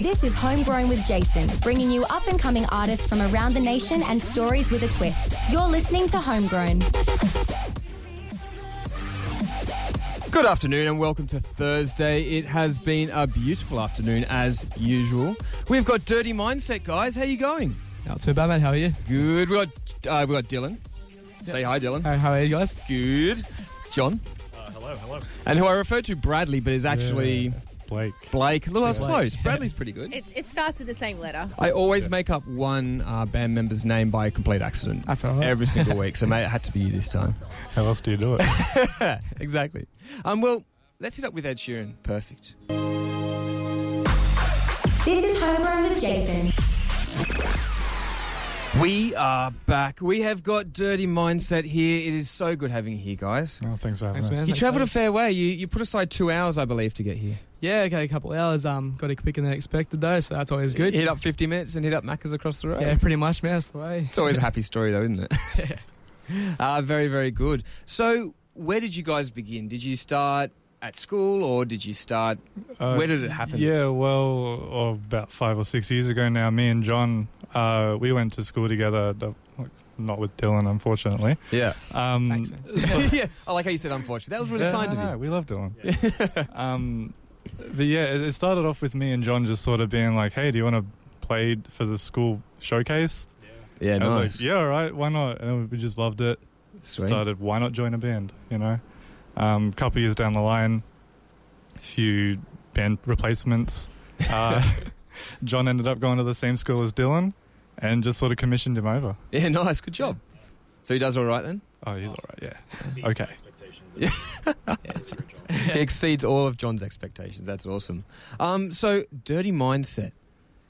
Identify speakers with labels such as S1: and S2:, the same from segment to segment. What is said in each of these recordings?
S1: This is Homegrown with Jason, bringing you up and coming artists from around the nation and stories with a twist. You're listening to Homegrown.
S2: Good afternoon and welcome to Thursday. It has been a beautiful afternoon as usual. We've got Dirty Mindset, guys. How you going?
S3: Not too bad, mate. How are you?
S2: Good. We got uh, we got Dylan. Say hi, Dylan.
S3: How, how are you guys?
S2: Good. John.
S4: Hello, hello.
S2: And who I refer to Bradley, but is actually
S4: Blake.
S2: Blake. Look, I was
S4: Blake.
S2: close. Bradley's pretty good.
S5: It, it starts with the same letter.
S2: I always
S4: Yeah.
S2: make up one uh, band member's name by complete accident.
S3: That's all right.
S2: Every single week. So, mate, it had to be you this time.
S4: How else do you do it?
S2: exactly. Um, well, let's hit up with Ed Sheeran. Perfect.
S1: This is Homegrown with Jason.
S2: We are back. We have got Dirty Mindset here. It is so good having you here, guys.
S4: I don't think so.
S3: Thanks,
S4: no.
S3: man.
S2: You
S3: Thanks,
S2: travelled a
S3: mate.
S2: fair way. You you put aside two hours, I believe, to get here.
S3: Yeah, okay, a couple of hours. Um, got it quicker than expected though, so that's always good.
S2: Hit up 50 minutes and hit up Macca's across the road.
S3: Yeah, pretty much, man. That's the way.
S2: It's always a happy story, though, isn't it? uh, very, very good. So, where did you guys begin? Did you start at school or did you start.
S4: Uh,
S2: Where did it happen?
S4: Yeah, well, oh, about five or six years ago now, me and John, uh, we went to school together. the- Not with Dylan, unfortunately.
S2: Yeah.
S4: Um,
S3: Thanks, man.
S2: yeah. I like how you said unfortunately. That was really
S4: yeah,
S2: kind
S4: no,
S2: of
S4: no,
S2: you.
S4: we love Dylan. um, but yeah, it, it started off with me and John just sort of being like, "Hey, do you want to play for the school showcase?"
S2: Yeah,
S4: I was like, "Yeah, all right, why not?" And then we just loved it.
S2: Sweet.
S4: started why not join a band you know um, a couple years down the line a few band replacements uh, john ended up going to the same school as dylan and just sort of commissioned him over
S2: Yeah, nice. Good job. So, he does all right then?
S4: oh he's all right yeah okay
S2: He exceeds all of John's expectations. That's awesome. Um, so, dirty mindset.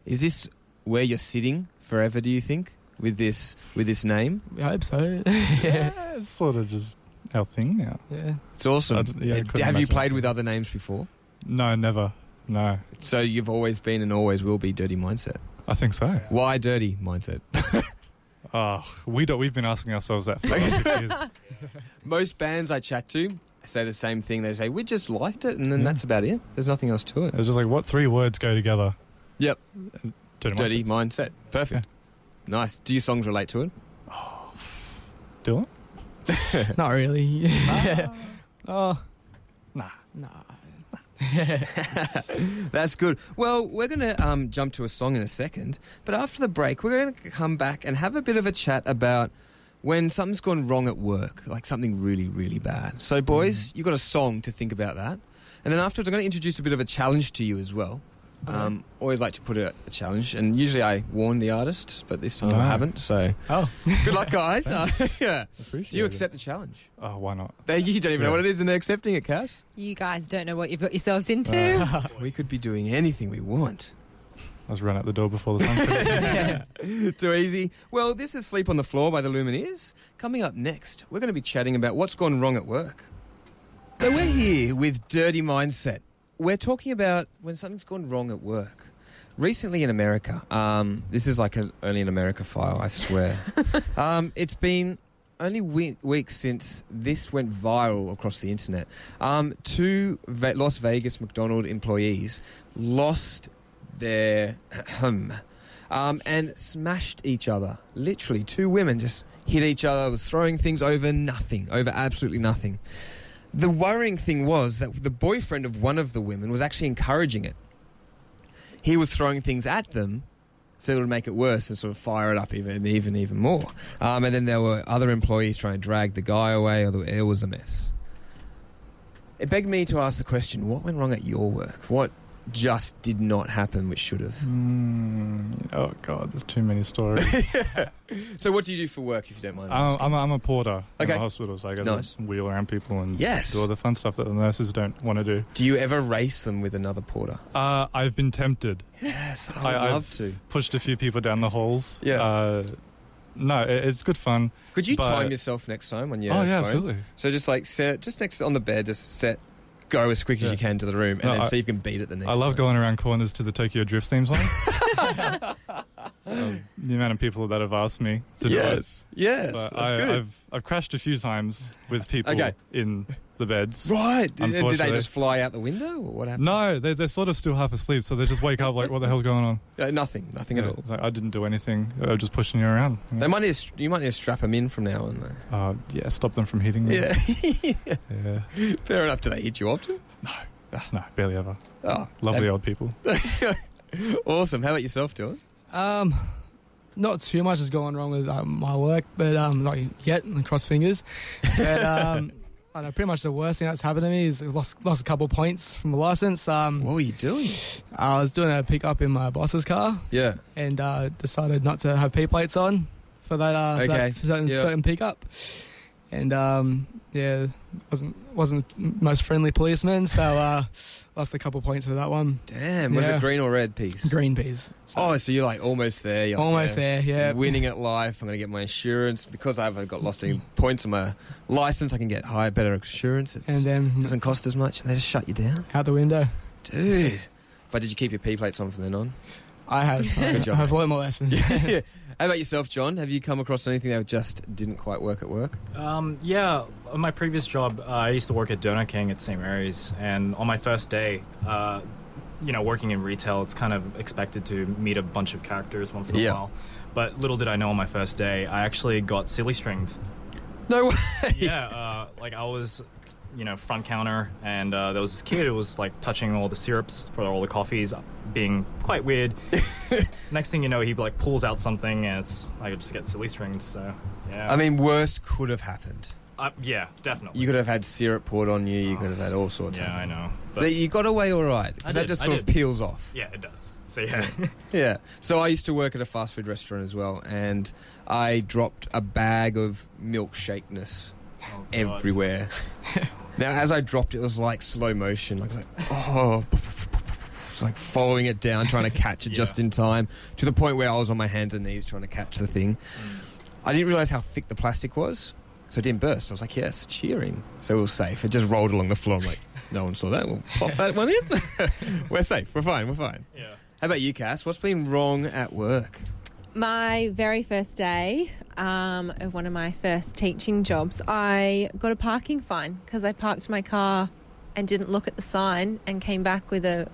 S2: Is this where you're sitting forever? Do you think with this with this name?
S3: We hope so. yeah,
S4: yeah it's sort of just our thing now
S3: yeah.
S2: It's awesome.
S4: I'd- yeah, I
S2: Have-
S4: couldn't
S2: Have you
S4: imagine.
S2: played with other names before?
S4: no never no
S2: So you've always been and always will be dirty mindset.
S4: i think so
S2: Why dirty mindset?
S4: oh we don't we've been asking ourselves that for the last six years.
S2: Most bands I chat to say the same thing. They say we just liked it, and then
S4: Yeah.
S2: that's about it. There's nothing else to it.
S4: it's just like what three words go together
S2: Yep.
S4: dirty,
S2: Dirty
S4: Mindset.
S2: mindset. Perfect. Nice. Do your songs relate to it?
S4: dylan
S3: Not really. oh,
S4: nah
S3: nah.
S2: That's good. Well, we're going to um, jump to a song in a second, but after the break, we're going to come back and have a bit of a chat about when something's gone wrong at work, like something really, really bad. So, boys, you've got a song to think about that. And then afterwards, I'm going to introduce a bit of a challenge to you as well. Um, always like to put a, a challenge, and usually I warn the artists, but this time I
S4: Right.
S2: haven't. So,
S3: Oh,
S2: good luck, guys. Uh, yeah.
S4: appreciate
S2: Do you
S4: it.
S2: accept the challenge?
S4: oh why not
S2: They, you don't even know
S4: Yeah.
S2: what it is, and they're accepting it, Cash.
S5: You guys don't know what you've got yourselves into.
S2: We could be doing anything we want.
S4: i was run out the door before the sun came up.
S2: Too easy. Well, this is Sleep on the Floor by the Lumineers. Coming up next, we're going to be chatting about what's gone wrong at work. So, we're here with Dirty Mindset. We're talking about when something's gone wrong at work. Recently in America, um, this is like an only in America file, I swear. um, it's been only we- weeks since this went viral across the internet. Um, two Ve- Las Vegas McDonald employees lost their home um, and smashed each other. Literally, two women just hit each other, was throwing things over nothing, over absolutely nothing. The worrying thing was that the boyfriend of one of the women was actually encouraging it. He was throwing things at them so it would make it worse and sort of fire it up even even even more. Um, and then there were other employees trying to drag the guy away. Although it was a mess. It begged me to ask the question: What went wrong at your work? What just did not happen, which should have?
S4: Mm, oh god, there's too many stories.
S2: So, what do you do for work, if you don't mind?
S4: I'm,
S2: asking?
S4: I'm, a, I'm a porter
S2: Okay.
S4: in the hospital, so I got
S2: Nice.
S4: to wheel around people and
S2: Yes.
S4: do all the fun stuff that the nurses don't want to do.
S2: do you ever race them with another porter?
S4: Uh, I've been tempted,
S2: Yes, I
S4: I-
S2: would
S4: I've-
S2: love to.
S4: pushed a few people down the halls.
S2: Yeah.
S4: Uh, no, it, it's good fun.
S2: Could you
S4: but-
S2: time yourself next time on your
S4: oh
S2: phone?
S4: yeah, absolutely.
S2: So just like set, just next on the bed, just set, go as quick as
S4: Yeah.
S2: you can to the room, and
S4: No,
S2: then
S4: I-
S2: see if you can beat it the next.
S4: I love
S2: time.
S4: going around corners to the Tokyo Drift theme song. Um, the amount of people that have asked me to do it.
S2: Yes, yes,
S4: But
S2: that's
S4: I,
S2: good.
S4: I've I've crashed a few times with people
S2: Okay.
S4: in the beds.
S2: Right. Did, did they
S4: Unfortunately.
S2: just fly out the window? Or what happened?
S4: No, they, they're sort of still half asleep, so they just wake up like, what the hell's going on?
S2: Uh, nothing. Nothing
S4: Yeah,
S2: at all.
S4: it's like, I didn't do anything. I was just pushing you around. you
S2: They
S4: know?
S2: might need to, st- you might need to strap them in from now on. Though.
S4: uh, yeah, stop them from hitting me.
S2: Yeah.
S4: Yeah.
S2: Fair enough. Do they hit you often?
S4: No, barely ever.
S2: Oh,
S4: Lovely old people.
S2: that- awesome. How about yourself, Dylan?
S3: Um, not too much has gone wrong with um, my work, but um, not yet. and Cross fingers. But um, I don't know. Pretty much the worst thing that's happened to me is I lost lost a couple of points from the license. Um,
S2: What were you doing?
S3: I was doing a pickup in my boss's car
S2: Yeah.
S3: and uh, decided not to have P plates on for that, uh, for
S2: Okay,
S3: that certain,
S2: yeah.
S3: certain pickup. And um, yeah, wasn't wasn't the most friendly policeman, so uh, lost a couple of points for that one.
S2: Damn. Was
S3: Yeah.
S2: it green or red piece?
S3: Green peas. So,
S2: Oh, so you're like almost there. You're like,
S3: almost
S2: yeah,
S3: there. Yeah.
S2: Winning at life. I'm going to get my insurance because I haven't got lost any points on my license. I can get higher, better insurance. It
S3: And then
S2: doesn't cost as much. They just shut you down,
S3: out the window.
S2: dude. But did you keep your P plates on from then on?
S3: I have.
S2: Good job,
S3: I have learned my lessons.
S2: yeah. How about yourself, John? Have you come across anything that just didn't quite work at work?
S6: Um, yeah, on my previous job, uh, I used to work at Donut King at St. Mary's, and on my first day, uh, you know, working in retail, it's kind of expected to meet a bunch of characters once in a
S2: Yeah.
S6: while. But little did I know on my first day, I actually got silly stringed.
S2: No way.
S6: yeah, uh, like I was, you know, front counter, and uh, there was this kid who was like touching all the syrups for all the coffees, being quite weird. Next thing you know, he like pulls out something, and it's I just get silly stringed. So yeah,
S2: I mean, worst could have happened.
S6: uh, yeah, definitely.
S2: You could have had syrup poured on you. You could have had all sorts.
S6: yeah, I
S2: happen.
S6: know.
S2: so
S6: but-
S2: you got away all right.
S6: I
S2: 'cause that
S6: did,
S2: just
S6: I
S2: sort of
S6: did.
S2: peels off.
S6: Yeah, it does. So yeah,
S2: Yeah. So I used to work at a fast food restaurant as well, and I dropped a bag of milkshakeness
S6: Oh,
S2: everywhere. now, as I dropped, it was like slow motion. Like, it was like oh, it's like following it down, trying to catch it
S6: Yeah.
S2: just in time, to the point where I was on my hands and knees trying to catch the thing.
S6: Mm.
S2: I didn't realize how thick the plastic was, so it didn't burst. I was like, yes, cheering. So it was safe. It just rolled along the floor. I'm like, no one saw that. We'll pop that one in. we're safe. We're fine. We're fine.
S6: yeah.
S2: How about you, Cass? What's been wrong at work?
S5: My very first day um, of one of my first teaching jobs, I got a parking fine because I parked my car and didn't look at the sign and came back with a,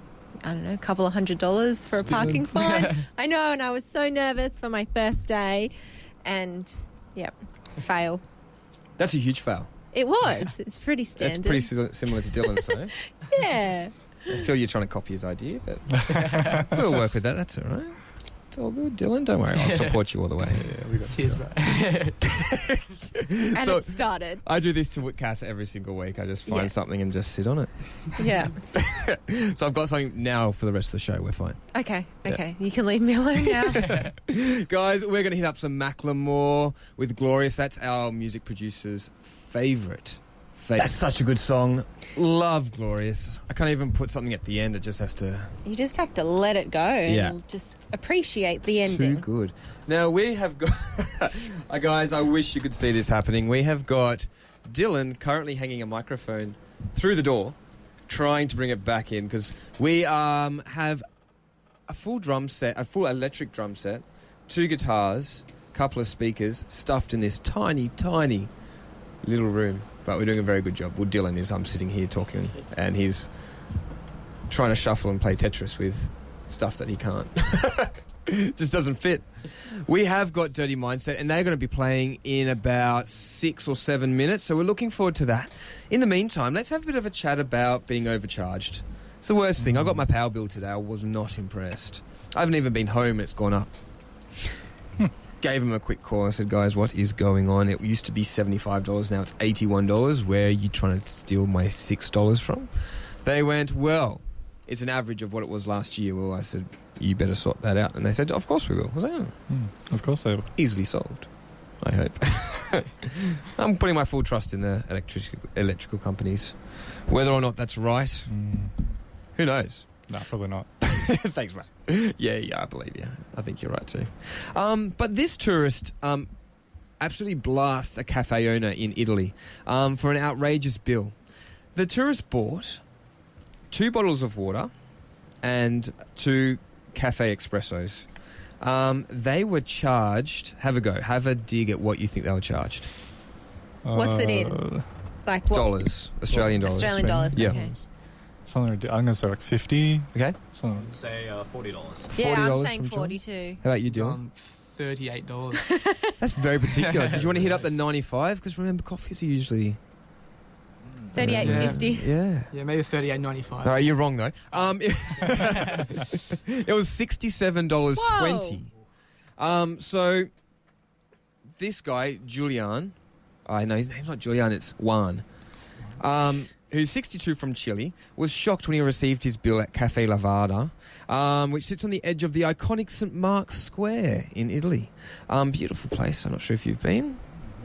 S5: I don't know, couple of hundred dollars for a
S3: Speeding.
S5: parking fine. I know, and I was so nervous for my first day and, yep, fail.
S2: That's a huge fail.
S5: It was. It's pretty standard.
S2: That's pretty si- similar to Dylan's, though.
S5: Yeah.
S2: I feel you're trying to copy his idea, but we'll work with that. That's all right. It's all good, Dylan. Don't worry. I'll support you all the way.
S3: Cheers, bro.
S5: And
S2: So-
S5: it started.
S2: I do this to Cass every single week. I just find
S5: Yeah.
S2: something and just sit on it.
S5: Yeah.
S2: So I've got something now for the rest of the show. We're fine.
S5: Okay. Okay. You can leave me alone now.
S2: Guys, we're going to hit up some Macklemore with Glorious. That's our music producer's favourite. favourite. That's such a good song. Love Glorious. I can't even put something at the end. It just has to
S5: You just have to let it go and
S2: Yeah.
S5: just appreciate the
S2: It's Too
S5: ending.
S2: good. Now we have got, Uh, guys. I wish you could see this happening. We have got Dylan currently hanging a microphone through the door, trying to bring it back in because we um, have a full drum set, a full electric drum set, two guitars, couple of speakers, stuffed in this tiny, tiny little room. But we're doing a very good job. Well, Dylan is. I'm sitting here talking, and he's trying to shuffle and play Tetris with stuff that he can't just doesn't fit. We have got Dirty Mindset, and they're going to be playing in about six or seven minutes, so we're looking forward to that. In the meantime, let's have a bit of a chat about being overcharged. It's the worst thing. I got my power bill today. I was not impressed. I haven't even been home. It's gone up. Gave him a quick call. I said, "Guys, what is going on? It used to be seventy-five dollars. Now it's eighty-one dollars. Where are you trying to steal my six dollars from?" They went, "Well, it's an average of what it was last year." Well, I said, you better sort that out. And they said, of course we will. I was like, oh,
S4: Hmm, of course they were.
S2: easily solved, I hope. I'm putting my full trust in the electric, electrical companies. Whether or not that's right,
S4: Hmm,
S2: who knows?
S4: no, probably not.
S2: Thanks, mate. Yeah, yeah, I believe you. I think you're right too. Um, but this tourist um, absolutely blasts a cafe owner in Italy um, for an outrageous bill. The tourist bought two bottles of water and two cafe espressos. Um, they were charged. Have a go. Have a dig at what you think they were charged.
S5: What's it in?
S4: Uh,
S5: Like what?
S2: dollars, Australian dollars.
S5: Australian dollars.
S2: Yeah.
S5: Okay.
S4: Something ridic- I'm gonna say like fifty.
S2: Okay.
S4: Something.
S6: Say uh, forty dollars.
S5: Yeah, I'm
S2: $40
S5: saying
S2: from John?
S5: forty-two.
S2: How about you, Dylan?
S3: Um, Thirty-eight dollars.
S2: That's very particular. Did you want to hit up the 95? Because remember, coffees are usually. Mm.
S5: Thirty-eight
S3: Yeah.
S5: fifty.
S2: Yeah.
S3: yeah, maybe thirty-eight ninety-five.
S2: No, you're wrong though. Um, it was sixty-seven dollars twenty. Um, so this guy Julian, I know his name's not Julian, it's Juan, um, who's sixty-two from Chile, was shocked when he received his bill at Cafe Lavada, um, which sits on the edge of the iconic St Mark's Square in Italy. Um, beautiful place. I'm not sure if you've been.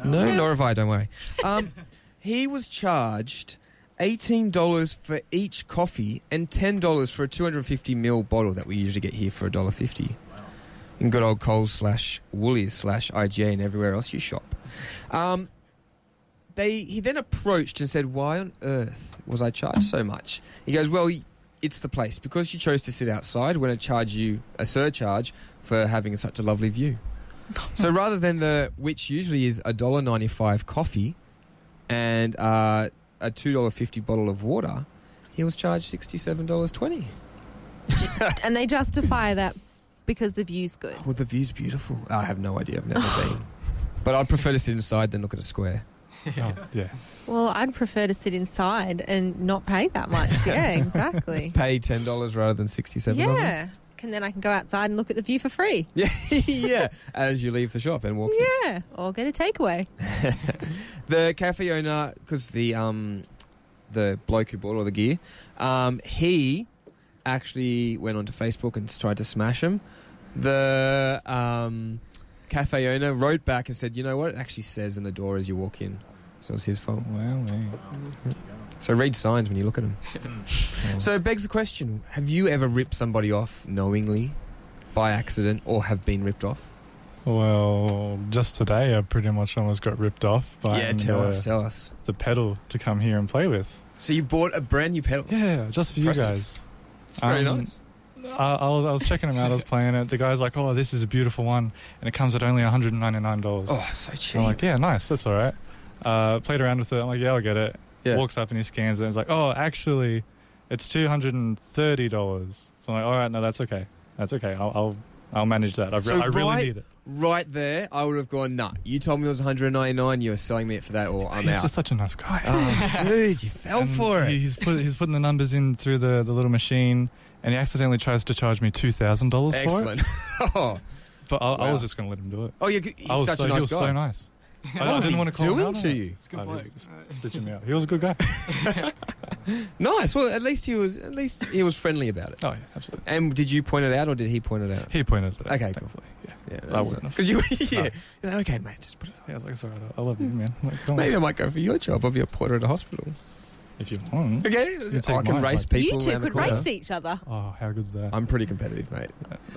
S2: No, nor have I. Don't worry. Um, he was charged eighteen dollars for each coffee and ten dollars for a two hundred and fifty ml bottle that we usually get here for a dollar fifty. In good old Coles slash Woolies slash IGA and everywhere else you shop. Um, they he then approached and said, "Why on earth was I charged so much?" He goes, "Well." It's the place because you chose to sit outside. We're going to charge you a surcharge for having such a lovely view. so rather than the which usually is a dollar ninety five coffee, and uh, a two dollar fifty bottle of water, he was charged sixty seven dollars twenty.
S5: and they justify that because the view's good.
S2: Well, the view's beautiful. I have no idea. I've never been, but I'd prefer to sit inside than look at a square.
S4: Oh, yeah.
S5: Well, I'd prefer to sit inside and not pay that much. Yeah, exactly.
S2: Pay ten dollars rather than sixty seven.
S5: yeah, and then I can go outside and look at the view for free.
S2: Yeah, yeah. As you leave the shop and walk. in.
S5: Yeah, or get a takeaway.
S2: The cafe owner, because the um, the bloke who bought all the gear, um, he actually went onto Facebook and tried to smash him. The um, cafe owner wrote back and said, "You know what? It actually says in the door as you walk in." So it's his fault.
S4: Well, Oh, yeah.
S2: So read signs when you look at them. Oh. so it begs the question: Have you ever ripped somebody off knowingly, by accident, or have been ripped off?
S4: Well, just today I pretty much almost got ripped off by
S2: yeah, tell
S4: the,
S2: us, tell us.
S4: the pedal to come here and play with.
S2: So you bought a brand new pedal.
S4: Yeah, just for
S2: Impressive.
S4: you guys.
S2: It's very
S4: Um,
S2: nice.
S4: I, I, was, I was checking them out. I was playing it. The guy's like, "Oh, this is a beautiful one," and it comes at only one hundred and ninety nine dollars.
S2: Oh, so cheap.
S4: I'm like, "Yeah, nice. That's all right." Uh, played around with it. I'm like, "Yeah, I'll get it."
S2: Yeah.
S4: Walks up and he scans it. and It's like, "Oh, actually, it's two hundred and thirty dollars." So I'm like, "All right, no, that's okay. That's okay. I'll I'll, I'll manage that. I, re-
S2: So
S4: I really
S2: right-
S4: need it."
S2: right there, I would have gone, nah, you told me it was 199, you were selling me it for that, or I'm
S4: He's
S2: out.
S4: just such a nice guy.
S2: Oh, dude, you fell
S4: And
S2: for
S4: he-
S2: it.
S4: He's, put, he's putting the numbers in through the, the little machine, and he accidentally tries to charge me two thousand dollars for it.
S2: Excellent. oh,
S4: But I, I
S2: Wow.
S4: was just going to let him do it.
S2: oh, you're, g- he's
S4: I was
S2: such
S4: so,
S2: a
S4: he
S2: nice
S4: was
S2: guy.
S4: so nice. I, I
S2: was
S4: didn't
S2: he
S4: want to call him
S2: doing
S4: out on
S2: to
S4: it.
S2: you?
S3: It's a good
S4: I
S3: bloke.
S4: just Stitching me out. He was a good guy.
S2: Nice. Well, at least he was at least he was friendly about it.
S4: Oh yeah, absolutely.
S2: And did you point it out, or did he point it out?
S4: He pointed it. out,
S2: Okay, cool.
S4: thankfully. Yeah.
S2: Yeah,
S4: I wouldn't have.
S2: Because you, yeah. You're like, okay, mate, just put it.
S4: yeah, I was like, it's all right. I love you, man. I'm Like, don't
S2: Maybe I
S4: worry.
S2: might go for your job. I'll be a porter at a hospital.
S4: if you want.
S2: Okay,
S4: take
S2: I can
S4: mine,
S2: race
S4: like-
S2: people.
S5: you two
S2: around the
S5: could
S2: corner.
S5: race each other.
S4: Oh, how good's that?
S2: I'm pretty competitive, mate.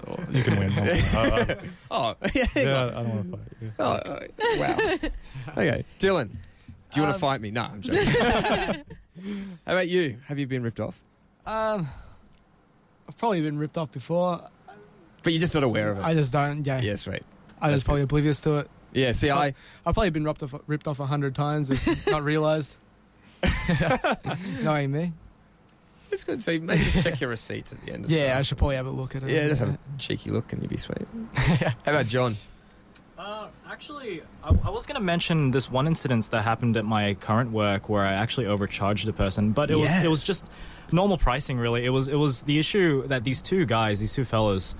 S4: Oh, you can win. I, I,
S2: Oh, yeah.
S4: yeah, I don't want to fight you.
S2: Oh, uh, wow. okay, Dylan, do you want to
S3: Um,
S2: fight me? No, I'm joking. How about you? Have you been ripped off?
S3: Um, I've probably been ripped off before.
S2: But you're just not aware of it.
S3: I just don't. Yeah,
S2: yes, right.
S3: I
S2: that's
S3: just probably oblivious to it.
S2: Yeah. See, I
S3: I've probably been ripped off ripped off a hundred times, and not realised. Knowing me,
S2: it's good. So maybe just check your receipts at the end. Of
S3: yeah, I
S2: stuff.
S3: should probably have a look at it.
S2: uh, Yeah, just have a cheeky look and you'd be sweet. How about John?
S6: Uh, actually, I, I was gonna mention this one incident that happened at my current work where I actually overcharged a person, but it was
S2: Yes.
S6: it was just normal pricing. Really, it was it was the issue that these two guys, these two fellows,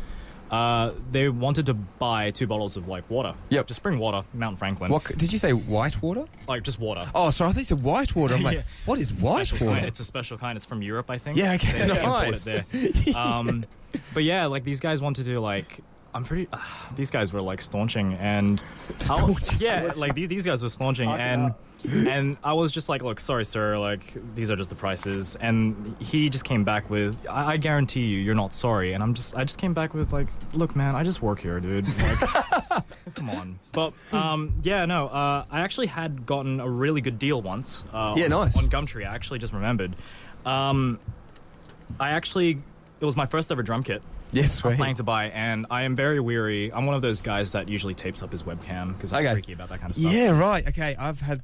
S6: uh, they wanted to buy two bottles of like water.
S2: Yep.
S6: just spring water, Mount Franklin.
S2: What c- did you say? White water?
S6: Like just water.
S2: Oh, sorry, I thought you said white water. I'm like,
S6: Yeah.
S2: what is white
S6: Special kind.
S2: water?
S6: It's a special kind. It's from Europe, I think.
S2: Yeah, okay,
S6: They- they import
S2: nice.
S6: it there. Um, But yeah, like these guys wanted to like. I'm pretty. Uh, these guys were like staunching and. I'll- Yeah, like the- these guys were staunching and. And I was just like, look, sorry, sir. Like these are just the prices. And he just came back with, I, I guarantee you, you're not sorry. And I'm just, I just came back with like, look, man, I just work here, dude. Like, come on. But um, yeah, no, uh, I actually had gotten a really good deal once. Uh,
S2: Yeah,
S6: on-
S2: nice.
S6: On Gumtree, I actually just remembered. Um, I actually, it was my first ever drum kit.
S2: yes,
S6: I was planning
S2: right.
S6: to buy, and I am very weary. I'm one of those guys that usually tapes up his webcam because I'm
S2: Okay.
S6: freaky about that kind of stuff.
S2: Yeah, right. Okay, I've had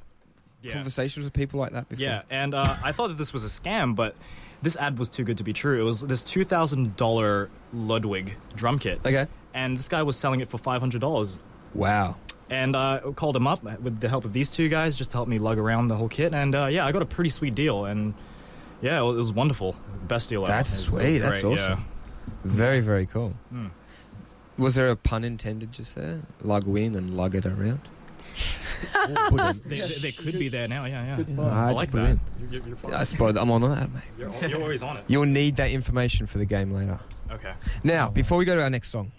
S6: Yeah.
S2: conversations with people like that before?
S6: Yeah, and uh, I thought that this was a scam, but this ad was too good to be true. It was this two thousand dollar Ludwig drum kit,
S2: Okay.
S6: and this guy was selling it for five hundred dollars.
S2: Wow.
S6: And uh, I called him up with the help of these two guys just to help me lug around the whole kit, and uh, yeah, I got a pretty sweet deal, and yeah, it was wonderful, best deal ever.
S2: That's
S6: It was- it was
S2: sweet, that's
S6: great,
S2: awesome. Very, very cool.
S6: Hmm.
S2: Was there a pun intended just there? Lug in and lug it around?
S6: Yeah. They, they, they could be there now. Yeah, yeah.
S7: Good
S2: Yeah,
S7: spot.
S2: I
S6: I
S2: just
S6: like
S2: put it
S6: that.
S2: in.
S6: You're, you're, fine.
S2: Yeah, I spotted that. I'm on that, mate.
S6: You're- you're always on it.
S2: You'll need that information for the game later.
S6: Okay.
S2: Now, before we go to our next song,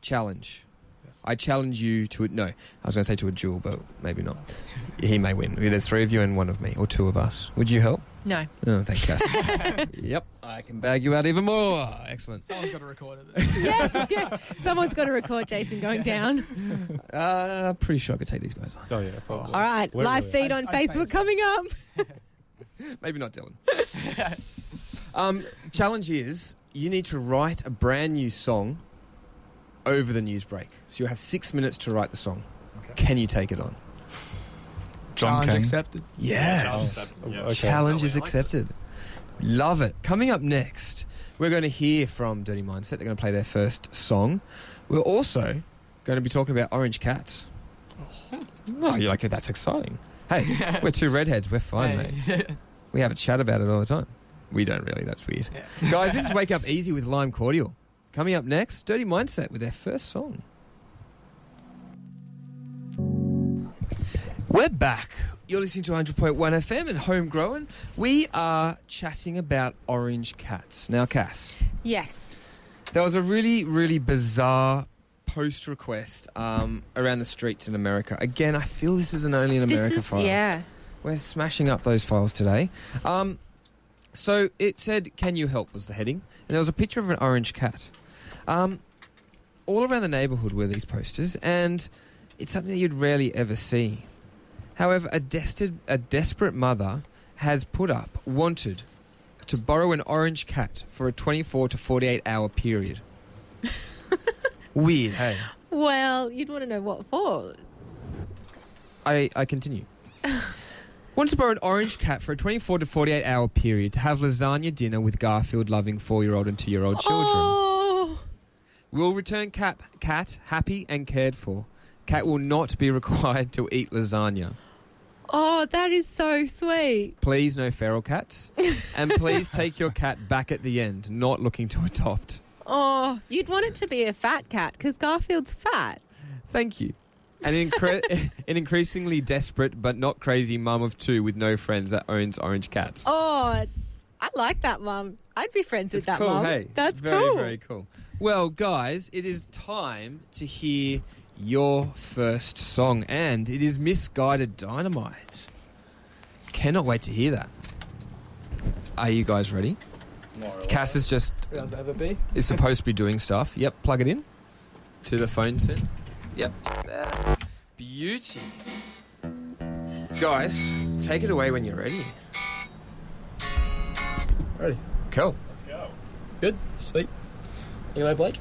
S2: challenge.
S6: Yes.
S2: I challenge you to a, no. I was going to say to a duel, but maybe not. He may win. There's three of you and one of me, or two of us. Would you help?
S5: No.
S2: Oh, thank you. yep, I can bag you out even more. Excellent.
S3: Someone's got to record it.
S5: yeah, yeah. Someone's got to record Jason going down.
S2: Uh, pretty sure I could take these guys on.
S4: Oh yeah, probably.
S5: All right,
S4: Where
S5: live
S4: were we?
S5: feed on
S3: I'd- I'd
S5: Facebook
S3: say-
S5: coming up.
S2: Maybe not Dylan. um, challenge is you need to write a brand new song over the news break. So you have six minutes to write the song.
S6: Okay.
S2: Can you take it on?
S4: John
S3: Challenge
S4: King.
S3: accepted.
S6: Challenge accepted, yeah.
S4: Okay.
S2: Challenge
S6: Oh,
S2: is
S6: yeah, I like
S2: accepted. Love it. Coming up next, we're going to hear from Dirty Mindset. They're going to play their first song. We're also going to be talking about Orange Cats. Oh, you're like, that's exciting. Hey, we're two redheads. We're fine, mate. We have a chat about it all the time. We don't really. That's weird. Guys, this is Wake Up Easy with Lime Cordial. Coming up next, Dirty Mindset with their first song. We're back. You're listening to 100.1 FM and Home Growing. We are chatting about orange cats. Now, Cass,
S5: Yes.
S2: there was a really, really bizarre post request um, around the streets in America. Again, I feel this isn't only an America
S5: this is,
S2: file.
S5: yeah.
S2: We're smashing up those files today. Um, so it said, Can you help? was the heading. And there was a picture of an orange cat. Um, all around the neighbourhood were these posters, and it's something that you'd rarely ever see. However, a, dested, a desperate mother has put up, wanted to borrow an orange cat for a 24 to 48 hour period. Weird, hey.
S5: Well, you'd want to know what for.
S2: I, I continue. Want to borrow an orange cat for a 24 to 48 hour period to have lasagna dinner with Garfield loving four year old and two year old children.
S5: Oh,
S2: Will return cat, cat happy and cared for. Cat will not be required to eat lasagna.
S5: oh, that is so sweet.
S2: Please, no feral cats. and please take your cat back at the end, not looking to adopt.
S5: Oh, you'd want it to be a fat cat because Garfield's fat.
S2: Thank you. An, incre- an increasingly desperate but not crazy mum of two with no friends that owns orange cats.
S5: Oh, I like that mum. I'd be friends with
S2: It's
S5: that
S2: cool,
S5: mum.
S2: Hey,
S5: That's
S2: very,
S5: cool.
S2: Very cool. Well, guys, it is time to hear your first song, and it is Misguided Dynamite. Cannot wait to hear that. Are you guys ready? Cass is just
S3: Does it ever be?
S2: is supposed to be doing stuff. Yep, plug it in to the phone set. Yep, just there. Beauty. Guys, take it away when you're ready.
S7: Ready.
S2: Cool.
S6: Let's go.
S7: Good. Sweet. You know, Blake?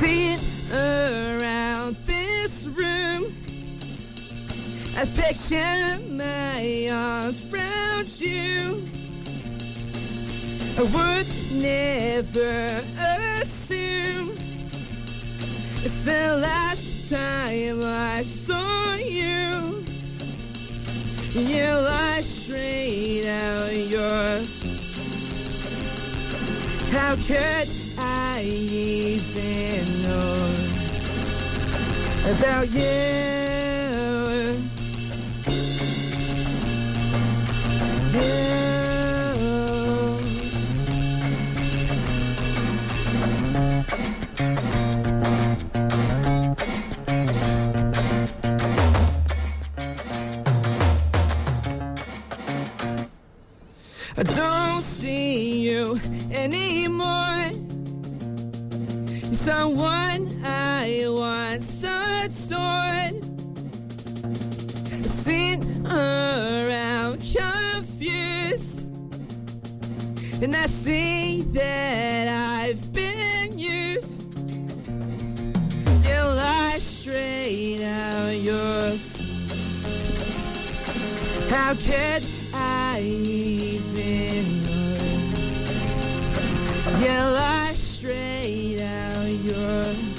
S8: Sit around this room. I picture my arms round you. I would never assume it's the last time I saw you. You lie straight out yours. How could I even know about you? You. I don't see you anymore. Someone I once adored. Sitting around confused. And I see that I've been used. You lie straight out yours. How could I even know? You lie straight out yours.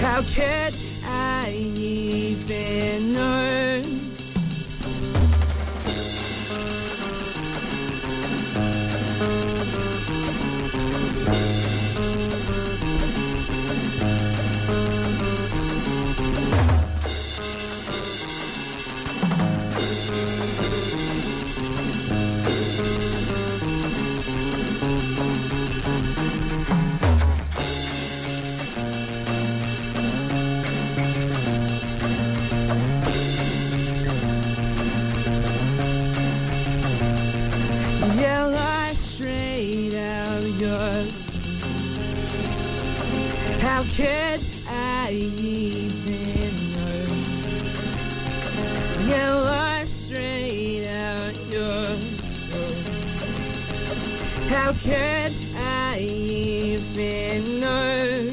S8: How could I even know? You lie straight out yours. How could I even know? You lie straight out yours. How could I even know?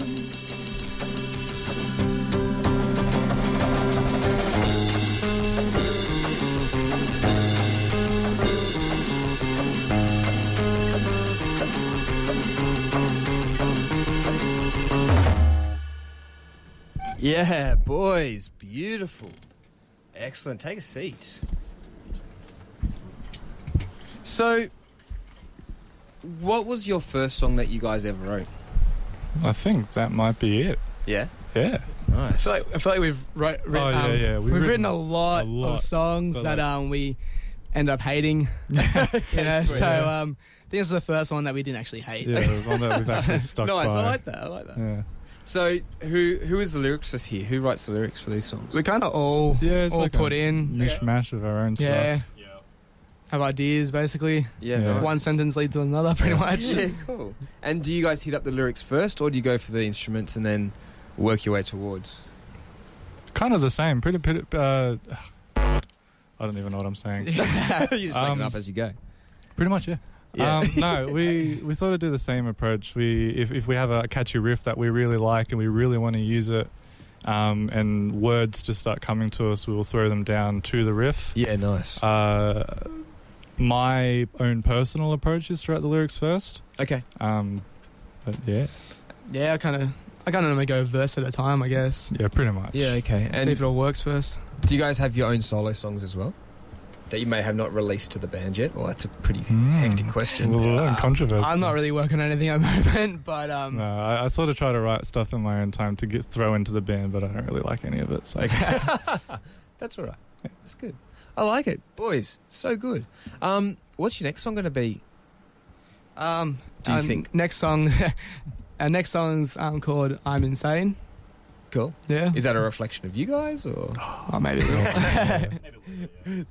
S2: Yeah, boys, beautiful. Excellent. Take a seat. So, what was your first song that you guys ever wrote?
S4: I think that might be it.
S2: Yeah.
S4: Yeah.
S3: I
S2: Nice.
S3: feel like, I feel like we've writ- writ-
S4: Oh, yeah,
S3: um,
S4: yeah,
S3: We've, written, a, lot
S4: a lot,
S3: of songs
S4: but,
S3: that
S4: like-
S3: um, we end up hating. you know,
S2: sweet,
S3: so um,
S4: yeah.
S3: I think this is the first one that we didn't actually hate.
S4: Yeah, the one that we've actually stuck
S2: Nice.
S4: by.
S2: I like that. I like that.
S4: Yeah.
S2: So, who who is the lyricist here? Who writes the lyrics for these songs?
S3: We kind of all
S4: Yeah, it's
S3: all
S4: like
S3: put
S4: a
S3: in.
S4: mishmash of our own
S3: Yeah,
S4: stuff.
S6: Yeah.
S3: have ideas basically.
S2: Yeah.
S4: Yeah.
S2: nice.
S3: One sentence leads to another, pretty much.
S2: Yeah, cool. And do you guys hit up the lyrics first, or do you go for the instruments and then work your way towards?
S4: Kind of the same. Pretty, pretty. Uh, I don't even know what I'm saying.
S2: you just make
S4: Um,
S2: it up as you go.
S4: Pretty much,
S2: Yeah.
S4: yeah. Um, no, we, we sort of do the same approach. We if, if we have a catchy riff that we really like and we really want to use it, um, and words just start coming to us, we will throw them down to the riff.
S2: Yeah, nice.
S4: Uh, my own personal approach is to write the lyrics first.
S2: okay.
S4: Um, but yeah,
S3: Yeah, I kind of, I kind of normally go verse at a time, I guess.
S4: yeah, pretty much.
S2: Yeah, okay.
S3: See
S2: And
S3: if it all works first.
S2: do you guys have your own solo songs as well that you may have not released to the band yet? Well, that's a pretty
S4: Hmm.
S2: hectic question.
S4: Well,
S3: Uh,
S4: controversy.
S3: I'm not really working on anything at the moment, but um,
S4: No, I, I sort of try to write stuff in my own time to get throw into the band, but I don't really like any of it. So
S2: that's all right. That's good. I like it, boys. So good. Um, what's your next song going to be?
S3: um,
S2: Do you
S3: um,
S2: think?
S3: next song? our next song's um called "I'm Insane."
S2: Cool.
S3: Yeah,
S2: Is that a reflection of you guys, or
S3: oh, maybe. a little.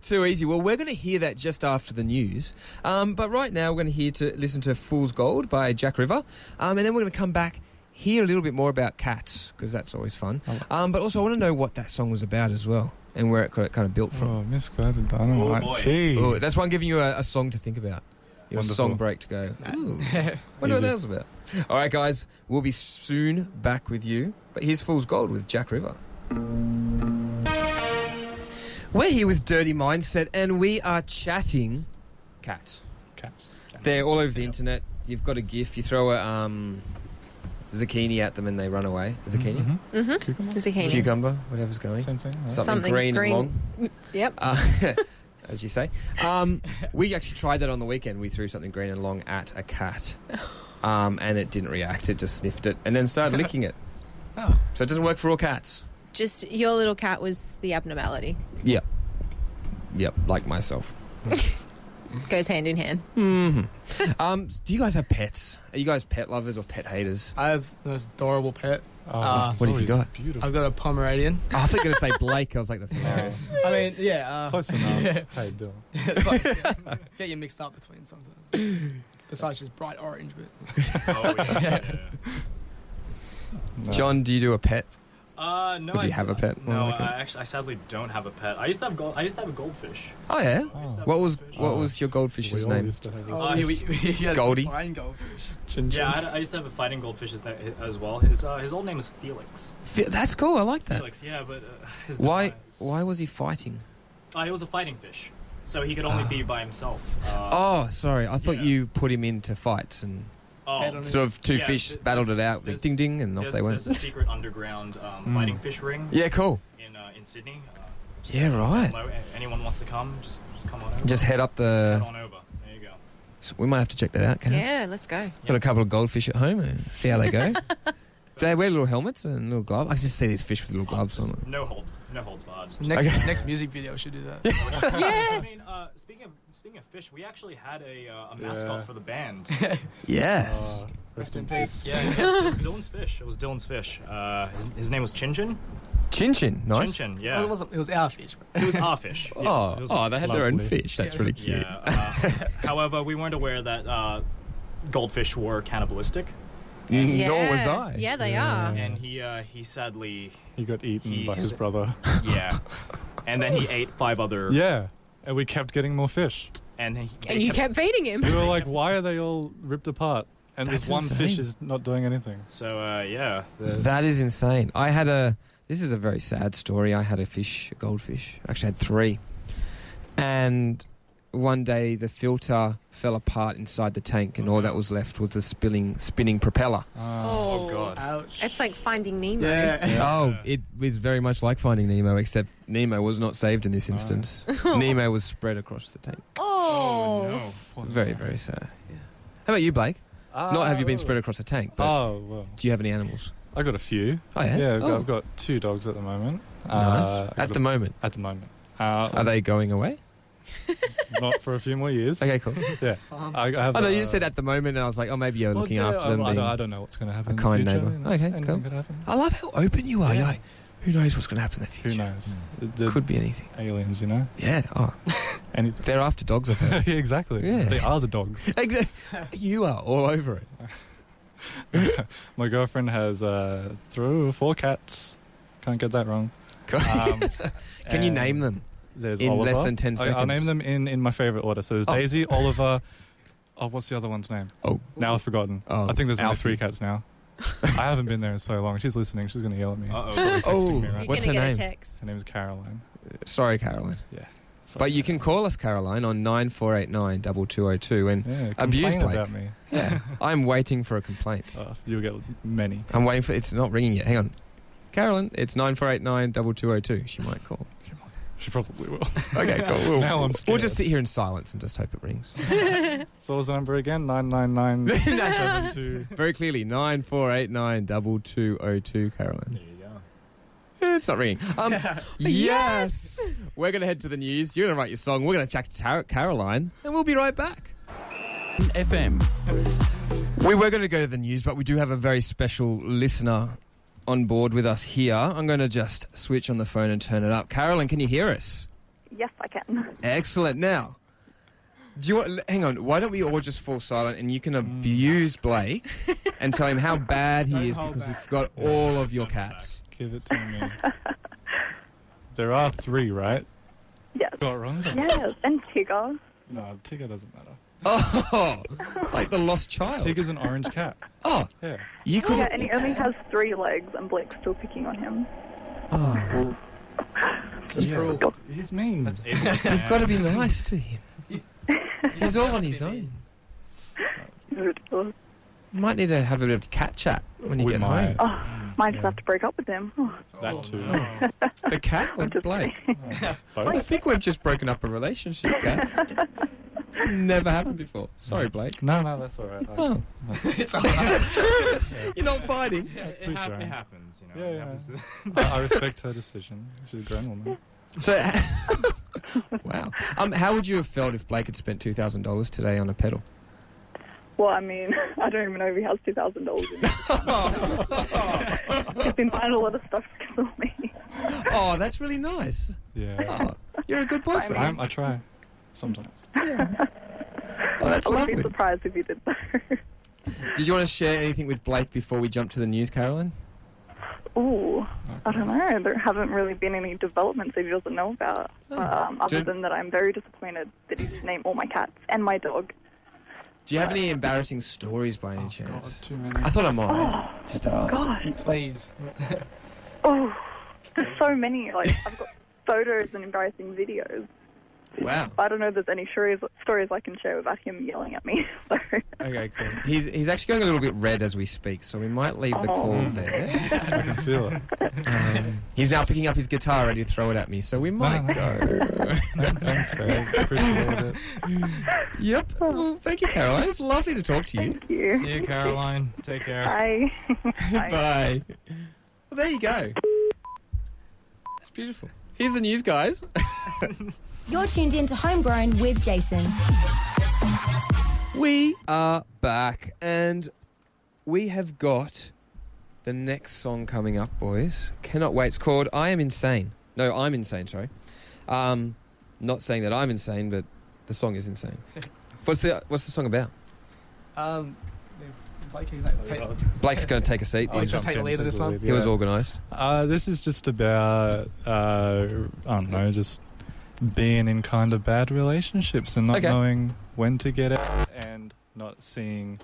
S2: Too easy. Well, we're going to hear that just after the news. Um, but right now, we're going to hear to listen to "Fool's Gold" by Jack River, um, and then we're going to come back hear a little bit more about cats because that's always fun.
S4: I like
S2: Um, but also, I want to know what that song was about as well, and where it kind of- kind of built from.
S4: Oh, misguided dynamite.
S6: Oh, boy.
S4: Gee.
S2: Ooh, that's why I'm giving you a, a song to think about. Your
S4: Wonderful.
S2: song break to go. Ooh, wonder what
S4: Easy.
S2: that was about. All right, guys, we'll be soon back with you. But here's Fool's Gold with Jack River. We're here with Dirty Mindset, and we are chatting cats.
S4: Cats.
S2: They're all over the internet. You've got a GIF. You throw a um, zucchini at them, and they run away. Zucchini,
S4: Mhm.
S5: Mm-hmm.
S4: Cucumber?
S5: Zucchini.
S2: cucumber, whatever's going.
S4: Same thing. right?
S2: Something, green, and long,
S5: Yep.
S2: uh, as you say. Um, we actually tried that on the weekend. We threw something green and long at a cat, um, and it didn't react. It just sniffed it and then started licking it.
S3: Oh.
S2: So it doesn't work for all cats.
S5: Just your little cat was the abnormality.
S2: Yep. Yep, like myself.
S5: Goes hand in hand.
S2: hmm um, do you guys have pets? Are you guys pet lovers or pet haters?
S3: I have the most adorable pet.
S4: Oh,
S3: Ah.
S4: it's
S2: What have you
S4: always
S2: got?
S4: Beautiful.
S3: I've got a Pomeranian.
S2: Oh, I thought you were going to say Blake. I was like, that's hilarious.
S3: I mean, yeah. Uh,
S4: Close enough. How you doing?
S3: but, yeah, get you mixed up between sometimes. Besides just bright orange, but
S6: Oh, yeah, yeah,
S4: No.
S2: John, do you do a pet?
S6: yeah. Uh, no,
S2: Or do you
S6: I-
S2: have a pet?
S6: No,
S2: Well, like a-
S6: I actually, I sadly don't have a pet. I used to have gold. I used to have a goldfish.
S2: Oh yeah.
S4: Ah.
S6: I used to have a
S2: What was
S6: goldfish.
S2: what was your
S4: We
S2: goldfish's
S4: all
S2: name?
S4: used to have
S6: Oh, we- we-
S2: Goldie?
S3: Fine goldfish.
S6: Yeah, I, had- I used to have a fighting goldfish as, that- as well. His uh, his old name was Felix.
S2: Fe- That's cool. I like that.
S6: Felix, yeah, but uh, his
S2: Why
S6: demise-
S2: why was he fighting?
S6: Uh, he was a fighting fish, so he could only be by himself. Uh,
S2: Oh, sorry. I thought
S6: yeah.
S2: you put him into fights and
S6: oh,
S2: sort of two
S6: Yeah,
S2: fish
S6: th-
S2: battled
S6: there's-
S2: it out, like
S6: there's-
S2: ding ding, and off
S6: there's,
S2: they
S6: there's
S2: went. Hmm.
S6: a secret underground um, fighting fish ring
S2: Yeah, cool.
S6: in uh, in Sydney. Uh, just
S2: Yeah, right.
S6: hello, a- anyone wants to come, just, just come on over.
S2: Just head up
S6: Just head
S2: the.
S6: on over. There you go.
S2: so we might have to check that out. Kath.
S5: Yeah, let's go.
S2: Got a couple of goldfish at home. And see how they go. do they wear little helmets and little gloves? I just see these fish with little gloves on.
S6: Oh, Just
S2: Them.
S6: no hold, no holds barred.
S3: Next,
S2: Okay.
S3: next music video should do that.
S6: I mean, uh, speaking of speaking of fish, we actually had a, uh, a mascot
S4: Yeah.
S6: for the band.
S2: Yes.
S4: Uh,
S3: Rest in peace.
S6: yeah, it was, it was Dylan's fish. It was Dylan's fish. Uh, his, his name was Chin Chin.
S2: Chin chin. Nice.
S6: Chin Chin.
S3: Well,
S6: Yeah,
S3: Oh, it wasn't. It was our fish. But
S6: it was our fish. Yes,
S2: Oh,
S6: it was
S2: oh,
S6: our-
S2: they had their own
S4: lovely.
S2: fish. That's really cute.
S6: Yeah. Uh, however, we weren't aware that uh, goldfish were cannibalistic,
S5: Yeah.
S2: Nor was I.
S5: Yeah, they are.
S6: and he uh, he sadly,
S4: He got eaten by
S6: He's-
S4: his brother.
S6: yeah, and then he ate five other.
S4: yeah. And we kept getting more fish.
S6: and he, they
S5: And you kept feeding him.
S4: We were like, why are they all ripped apart? And
S2: That's
S4: this one fish
S2: insane.
S4: is not doing anything.
S6: So uh, yeah,
S2: That is insane. I had a. This is a very sad story. I had a fish, a goldfish. I Actually, had three, and one day the filter fell apart inside the tank, and all that was left was the spilling, spinning propeller.
S6: oh god.
S3: ouch.
S5: It's like finding Nemo.
S3: yeah.
S2: Oh, it was very much like Finding Nemo, except Nemo was not saved in this instance. Nemo was spread across the tank.
S5: Oh.
S2: Very, very sad. How about you, Blake? Not have you been spread across a tank, but
S4: Oh, well.
S2: do you have any animals?
S4: I got a few.
S2: Oh yeah,
S4: Yeah, I've, got,
S2: Oh,
S4: I've got two dogs at the moment.
S2: nice.
S4: I
S2: At
S4: got
S2: the
S4: a-
S2: moment,
S4: at the moment. Uh,
S2: are they going away?
S4: not for a few more years.
S2: Okay, cool.
S4: Yeah.
S3: Farm.
S4: I, I have
S2: Oh no, you
S4: uh,
S2: just said at the moment, and I was like, oh, maybe you're
S4: well,
S2: looking
S4: yeah,
S2: after
S4: I,
S2: them.
S4: I,
S2: being-
S4: don't, I don't know what's going to happen.
S2: a kind
S4: in the future.
S2: neighbour.
S4: and it's-
S2: Okay,
S4: anything
S2: cool.
S4: could happen.
S2: I love how open you are. You're
S4: Yeah.
S2: like, who knows what's going to happen in the
S4: Who
S2: future?
S4: knows? The, the
S2: Could be anything.
S4: Hmm. aliens, you know?
S2: Yeah. Oh,
S4: Anything.
S2: they're after dogs. I've
S4: yeah,
S2: heard.
S4: exactly.
S2: Yeah.
S4: They are the dogs.
S2: Exa- you are all over it.
S4: My girlfriend has uh, three or four cats. Can't get that wrong.
S2: Cool.
S4: Um,
S2: Can you
S4: and
S2: name them?
S4: There's
S2: in
S4: Oliver.
S2: less than 10
S4: I, I'll
S2: seconds?
S4: name them in, in my favorite order. So there's
S2: Oh.
S4: Daisy, Oliver. Oh, what's the other one's name?
S2: Oh,
S4: Now I've forgotten.
S2: Oh,
S4: I think there's only
S2: Alfie.
S4: three cats now. I haven't been there in so long. She's listening. She's going to yell at me. Probably
S6: Uh oh.
S4: texting me
S2: Oh.
S4: right
S5: You're
S4: now.
S2: What's
S5: gonna
S2: her
S5: get a
S2: name?
S5: text.
S4: Her name's Caroline.
S2: sorry, Caroline.
S4: Sorry.
S2: But you can call us, Caroline, on nine four eight nine double two zero two, and
S4: yeah,
S2: abuse
S4: complain
S2: Blake.
S4: about me.
S2: yeah, I'm waiting for a complaint.
S4: Oh, you'll get many.
S2: I'm waiting for. It's not ringing yet. Hang on, Carolyn. It's nine four eight nine double two zero two. She might call.
S4: She probably will.
S2: Okay, cool. We'll,
S4: Now I'm
S2: we'll
S4: scared.
S2: just sit here in silence and just hope it rings.
S4: So was the number again? Nine nine nine seven two.
S2: Very clearly, nine four eight nine double two zero two, Carolyn.
S6: There you go.
S2: Eh, It's not ringing. Um, yes, we're gonna head to the news. You're gonna write your song. We're gonna chat to Tar- Caroline, and we'll be right back.
S9: FM.
S2: We were going to go to the news, but we do have a very special listener on board with us here. I'm going to just switch on the phone and turn it up. Carolyn, can you hear us?
S10: Yes, I can.
S2: Excellent. Now, do you want, hang on? Why don't we all just fall silent and you can abuse Blake and tell him how bad he is because you've got all of your cats.
S4: Give it to me. There are three, right?
S10: Yes.
S4: Got it wrong. then.
S10: Yes, and Tigger.
S4: No, Tigger doesn't matter.
S2: Oh, it's like the lost child.
S4: Tigger's an orange cat.
S2: Oh,
S4: Yeah.
S2: you could.
S10: Yeah, and he only has three legs, and Blake's still picking on him.
S2: Oh,
S4: yeah. He's mean.
S6: That's ableist. You've
S2: got to be nice to him. He's all on his own.
S10: It's ridiculous.
S2: Might need to have a bit of cat chat when you
S4: We
S2: get
S4: might.
S2: home.
S10: Oh, might just have to break up with him. Oh,
S4: That too.
S2: The cat or
S10: just
S2: Blake? I
S4: Both?
S2: think we've just broken up a relationship, guys. It's Never happened before. Sorry, Blake.
S4: No, no, that's all right. I-
S2: Oh,
S3: it's all right.
S2: you're not fighting.
S6: It,
S4: Pretty
S6: hap-
S4: sure.
S6: it happens, you know.
S4: Yeah,
S6: it
S4: yeah.
S6: happens.
S4: I, I respect her decision. She's a grown woman.
S2: So, wow. Um, how would you have felt if Blake had spent two thousand dollars today on a pedal?
S10: Well, I mean, I don't even know if he has two thousand dollars. He's been buying a lot of stuff for me.
S2: Oh, that's really nice.
S4: Yeah.
S2: Oh, you're a good boyfriend.
S4: I, I try sometimes.
S2: Oh, that's
S10: I wouldn't be
S2: lovely.
S10: surprised if he did though.
S2: Did you want to share anything with Blake before we jump to the news, Caroline?
S10: Ooh, I don't know. There haven't really been any developments that he doesn't know about, um, other
S2: Don't-
S10: than that I'm very disappointed that he's named all my cats and my dog.
S2: Do you have any embarrassing stories by any chance?
S4: Too many.
S2: I thought I might. Just to ask.
S10: Oh, God,
S3: Please.
S10: oh, there's so many. Like I've got photos and embarrassing videos.
S2: Wow.
S10: I don't know if there's any stories, stories I can share without him yelling at me. So,
S2: Okay, cool. He's, he's actually going a little bit red as we speak, so we might leave the call
S10: Oh.
S2: there.
S4: I can feel it.
S2: Um, he's now picking up his guitar ready to throw it at me, so we might go.
S4: No, thanks, babe. Appreciate it.
S2: yep. Well, thank you, Caroline. It's lovely to talk to you.
S10: thank you.
S6: See you, Caroline. Take care.
S10: Bye.
S2: Bye. Well, there you go. That's beautiful. Here's the news, guys.
S1: You're tuned in to Homegrown with Jason.
S2: We are back and we have got the next song coming up, boys. Cannot wait. It's called I Am Insane. No, I'm Insane, sorry. Um, not saying that I'm insane, but the song is insane. What's the, what's the song about?
S3: Um, Blake, you like, take,
S2: Blake's going to take a seat.
S3: Oh, he's
S2: He's-
S3: gonna take the lead of this one.
S2: he was organised.
S4: Uh, this is just about uh, I don't know, just being in kind of bad relationships and not
S2: Okay.
S4: knowing when to get out and not seeing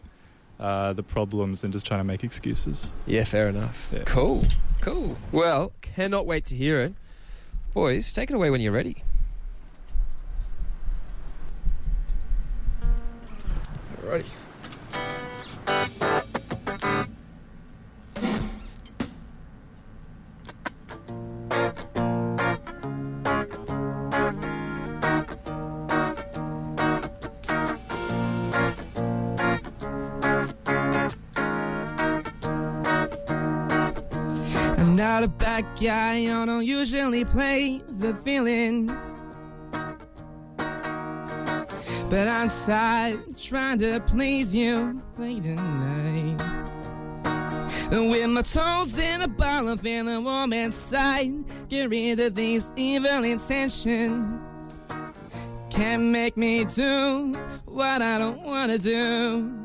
S4: uh, the problems and just trying to make excuses.
S2: Yeah, fair enough.
S4: Yeah.
S2: Cool. Cool. Well, cannot wait to hear it. Boys, take it away when you're ready. Alrighty.
S8: I'm not a bad guy, I don't usually play the villain. But I'm tired trying to please you late at night. With my toes in a ball of in a warm inside, get rid of these evil intentions. Can't make me do what I don't wanna do.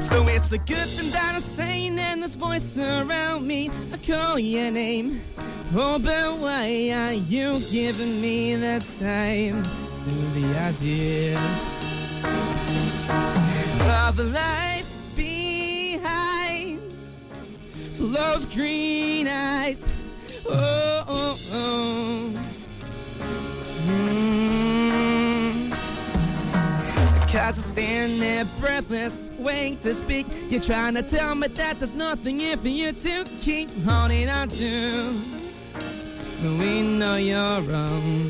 S8: So it's a good thing that I'm saying, and this voice around me. I call your name. Oh, but why are you giving me the time to the idea of a life behind those green eyes? Oh, oh, oh. Mm. Cause I stand there breathless, waiting to speak. You're trying to tell me that there's nothing here for you to keep holding on to. But we know you're wrong.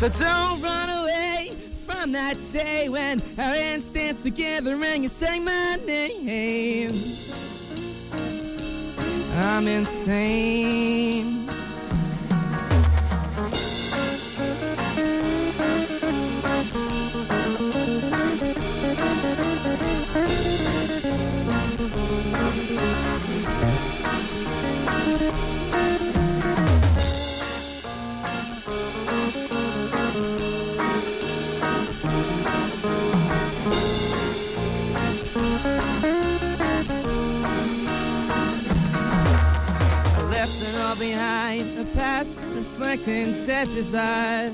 S8: So don't run away from that day when our hands dance together and you say my name. I'm insane. I left it all behind, the past reflecting dead desires.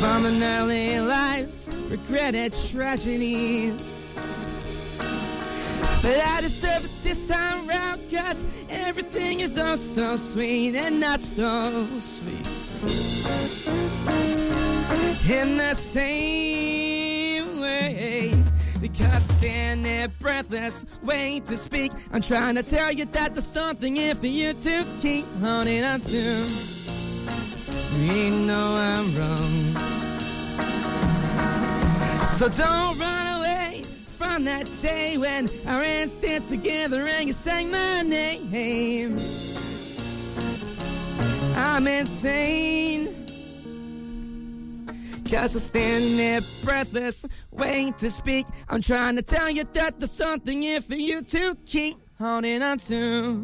S8: From an early lives, regretted tragedies. But I deserve it this time round, cause everything is oh so sweet and not so sweet. In the same way. Because I stand there breathless, waiting to speak. I'm trying to tell you that there's something here for you to keep holding on to. You know I'm wrong. So don't run away from that day when our hands danced together and you sang my name. I'm insane. Cause I'm standing there breathless, waiting to speak. I'm trying to tell you that there's something here for you to keep holding on to.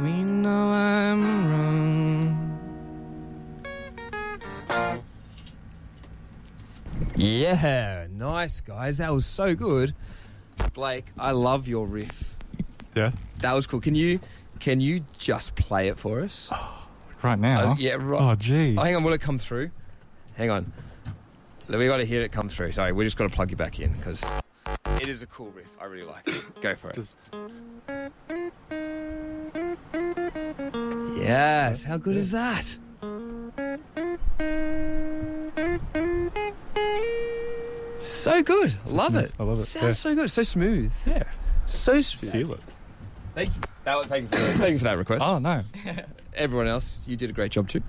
S8: We know I'm wrong.
S2: Yeah, nice guys. That was so good. Blake, I love your riff.
S4: Yeah,
S2: That was cool. Can you can you just play it for us?
S4: right now.
S2: Uh, yeah, right.
S4: Oh, gee.
S2: Oh, hang on, will it come through? Hang on. We got to hear it come through. Sorry, we just got to plug you back in because it is a cool riff. I really like it. Go for it.
S4: Just-
S2: Yes, how good is that? So good. love
S4: smooth.
S2: it.
S4: I love it,
S2: Sounds
S4: yeah.
S2: so good. So smooth.
S4: Yeah.
S2: So smooth.
S4: Feel it.
S2: Thank you. That was, thank, you for, thank you for that request.
S4: Oh, no.
S2: Everyone else, you did a great job too.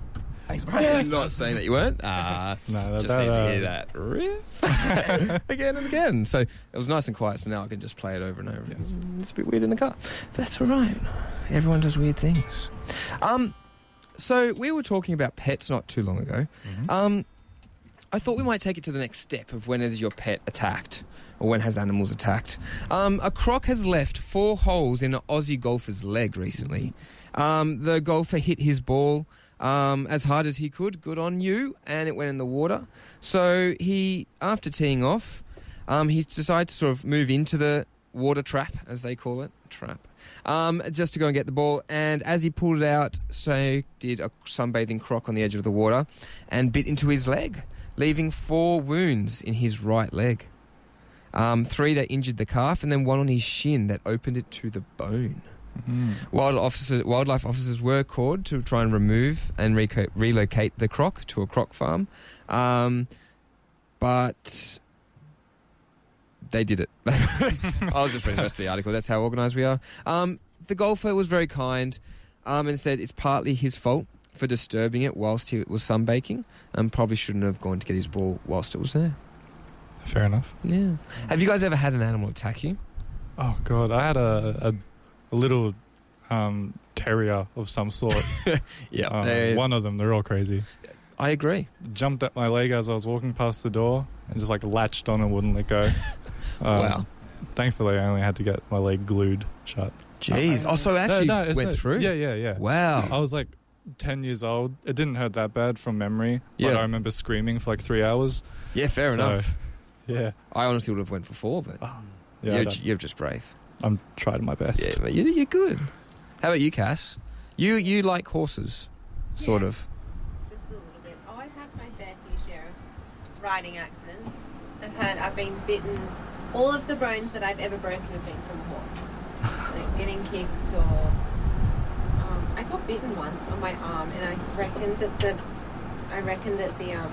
S3: Thanks, bro.
S2: I'm not saying that you weren't. Ah,
S4: No, that,
S2: just
S4: that,
S2: need to
S4: uh,
S2: hear that riff again and again. So it was nice and quiet. So now I can just play it over and over.
S4: Yes.
S2: It's a bit weird in the car. But that's all right. Everyone does weird things. Um, so we were talking about pets not too long ago.
S4: Mhm.
S2: Um, I thought we might take it to the next step of when is your pet attacked or when has animals attacked. Um, a croc has left four holes in an Aussie golfer's leg recently. Um, the golfer hit his ball um, as hard as he could. Good on you, and it went in the water. So he, after teeing off, um, he decided to sort of move into the water trap, as they call it, trap, um, just to go and get the ball. And as he pulled it out, so did a sunbathing croc on the edge of the water and bit into his leg, leaving four wounds in his right leg. Um, three that injured the calf, and then one on his shin that opened it to the bone.
S4: Mhm.
S2: Wild officers, wildlife officers were called to try and remove and reco- relocate the croc to a croc farm, um, but they did it. I was just reading the rest of the article. That's how organised we are. Um, the golfer was very kind um, and said it's partly his fault for disturbing it whilst he was sunbaking and probably shouldn't have gone to get his ball whilst it was there.
S4: Fair enough.
S2: Yeah. Have you guys ever had an animal attack you?
S4: Oh god, I had a a, a little um, terrier of some sort.
S2: Yeah.
S4: Um, one of them, they're all crazy.
S2: I agree.
S4: Jumped at my leg as I was walking past the door and just like latched on and wouldn't let go. Um,
S2: wow.
S4: Thankfully, I only had to get my leg glued shut.
S2: Jeez. Oh, so it actually
S4: no, no, it's
S2: went
S4: not-
S2: through?
S4: Yeah, yeah, yeah. I
S2: Wow.
S4: was like ten years old. It didn't hurt that bad from memory, but
S2: Yeah.
S4: I remember screaming for like three hours.
S2: Yeah, fair
S4: So,
S2: enough.
S4: Yeah,
S2: I honestly would have went for four, but
S4: yeah. I
S2: you're,
S4: don't-
S2: you're just brave.
S4: I'm trying my best.
S2: Yeah, but you're, you're good. How about you, Cass? You you like horses, sort
S5: Yeah.
S2: of.
S5: Just a little bit. Oh, I've had my fair few share of riding accidents. I've had, I've been bitten. All of the bones that I've ever broken have been from a horse. like getting kicked or. Um, I got bitten once on my arm, and I reckon that the, I reckon that the um,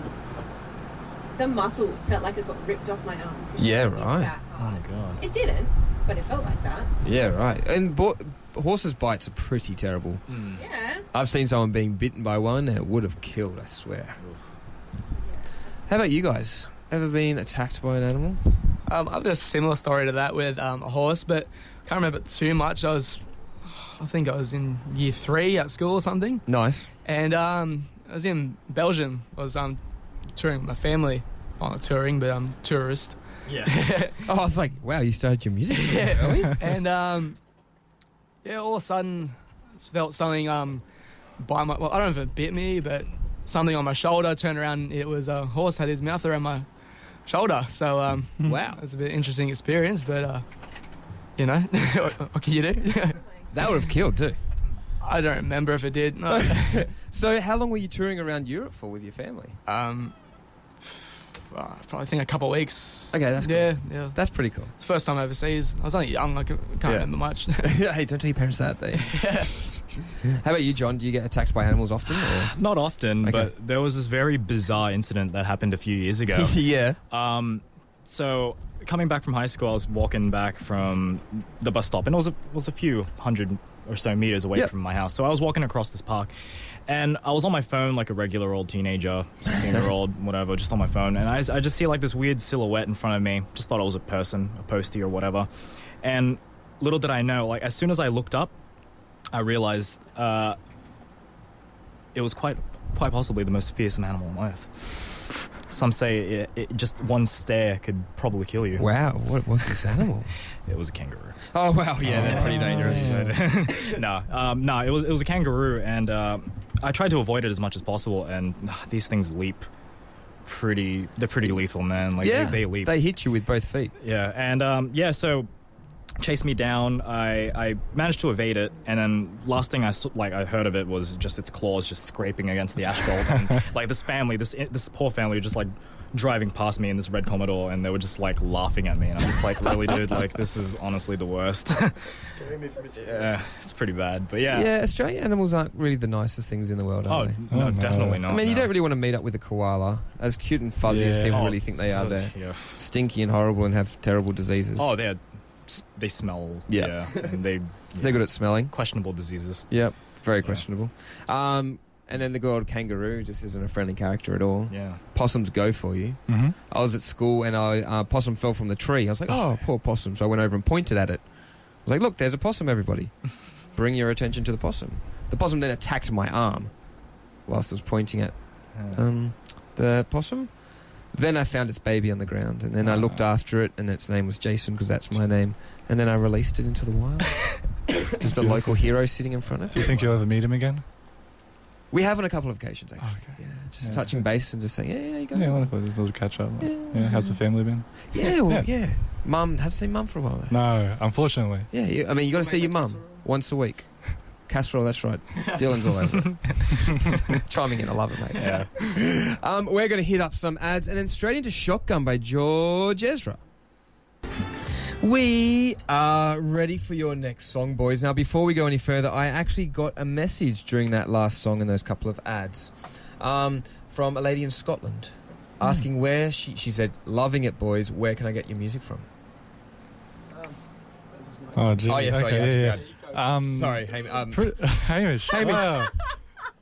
S5: the muscle felt like it got ripped off my arm. 'cause she
S2: Yeah,
S5: hit me
S2: right.
S5: that
S6: Oh my
S5: hard.
S6: god.
S5: It didn't, but it felt like that.
S2: Yeah, right. And bo- horses' bites are pretty terrible.
S5: Yeah.
S2: I've seen someone being bitten by one and it would have killed, I swear.
S5: yeah.
S2: How about you guys? Ever been attacked by an animal?
S3: Um, I've got a similar story to that with um, a horse, but can't remember too much. I was, I think I was in year three at school or something,
S2: Nice.
S3: and um, I was in Belgium. I was um, touring with my family, well, not touring, but um, tourist.
S6: Yeah.
S2: Oh, I was like, wow, you started your music career early?
S3: and um, yeah, all of a sudden, I felt something um, by my. Well, I don't know if it bit me, but something on my shoulder. I turned around, and it was a horse had his mouth around my shoulder. So um,
S2: Wow.
S3: it was a bit interesting experience, but uh, you know, what, what can you do?
S2: That would have killed too.
S3: I don't remember if it did. No.
S2: So, how long were you touring around Europe for with your family?
S3: um, well, I probably think a couple of weeks.
S2: Okay, that's cool.
S3: yeah, yeah.
S2: That's pretty cool.
S3: It's first time overseas. I was only young. I can't remember much.
S2: hey, don't tell your parents that. They. how about you, John? Do you get attacked by animals often? Or?
S6: Not often,
S2: Okay.
S6: but there was this very bizarre incident that happened a few years ago.
S2: yeah.
S6: Um, so coming back from high school, I was walking back from the bus stop, and it was a, it was a few hundred or so meters away
S2: Yep.
S6: from my house. So I was walking across this park, and I was on my phone like a regular old teenager, sixteen year old, whatever, just on my phone. And I, I just see like this weird silhouette in front of me. Just thought it was a person, a postie or whatever. And little did I know, like as soon as I looked up, I realized uh, it was quite quite possibly the most fearsome animal on earth. Some say it, it, just one stare could probably kill you.
S2: Wow, what was this animal?
S6: It was a kangaroo.
S2: Oh wow, yeah, they're pretty dangerous.
S6: no, um, no, it was it was a kangaroo, and uh, I tried to avoid it as much as possible. And ah, these things leap pretty. They're pretty lethal, man. Like
S2: yeah,
S6: they, they leap.
S2: They hit you with both feet.
S6: yeah, and um, yeah, so chased me down. I, I managed to evade it, and then last thing I s- like I heard of it was just its claws just scraping against the asphalt, and like this family, this this poor family, just like driving past me in this red Commodore, and they were just like laughing at me, and I'm just like, really, dude, like this is honestly the worst. yeah, it's pretty bad, but yeah.
S2: Yeah, Australian animals aren't really the nicest things in the world,
S6: Oh
S2: are they?
S6: no,
S4: Oh, no.
S6: definitely not.
S2: I mean, you
S6: no.
S2: don't really want to meet up with a koala, as cute and fuzzy as
S4: Yeah.
S2: people
S6: Oh,
S2: really think they are. They're
S6: Yeah.
S2: stinky and horrible and have terrible diseases.
S6: Oh, they're they smell.
S2: Yeah.
S6: Yeah, and they
S2: They're good at smelling.
S6: questionable diseases.
S2: Yep, very
S6: Yeah.
S2: questionable. Um, and then the good old kangaroo just isn't a friendly character at all.
S6: Yeah.
S2: Possums go for you.
S4: Mm-hmm.
S2: I was at school and I uh, possum fell from the tree. I was like, oh, poor possum. So I went over and pointed at it. I was like, look, there's a possum, everybody. Bring your attention to the possum. The possum then attacked my arm whilst I was pointing at
S6: Yeah.
S2: um, the possum. Then I found its baby on the ground, and then I looked after it, and its name was Jason because that's my name. And then I released it into the wild. Just a
S4: Beautiful.
S2: local hero sitting in front of
S4: Do you
S2: it.
S4: think you'll ever meet him again?
S2: We have on a couple of occasions, actually. Yeah, just
S4: Yeah, that's
S2: touching
S4: good.
S2: base and just saying, yeah, yeah, you go.
S4: Yeah, wonderful. Just a little catch up. Yeah. how's the family been?
S2: Yeah, well, yeah. Mum hasn't seen mum for a while though.
S4: No, unfortunately.
S2: Yeah, you, I mean, you got to see your mum once a week. Casserole, that's right. Dylan's all over it. Chiming in, I love it, mate.
S6: Yeah.
S2: Um, we're going to hit up some ads and then straight into Shotgun by George Ezra. We are ready for your next song, boys. Now, before we go any further, I actually got a message during that last song and those couple of ads um, from a lady in Scotland asking where she, she said, Loving it, boys, where can I get your music from?
S4: Oh, gee.
S2: Oh, yeah, sorry, yeah,
S4: okay,
S2: it's
S4: yeah,
S2: bad.
S4: yeah. Um,
S2: Sorry, Ham- um,
S4: Pre- Hamish.
S2: Hamish.
S4: wow.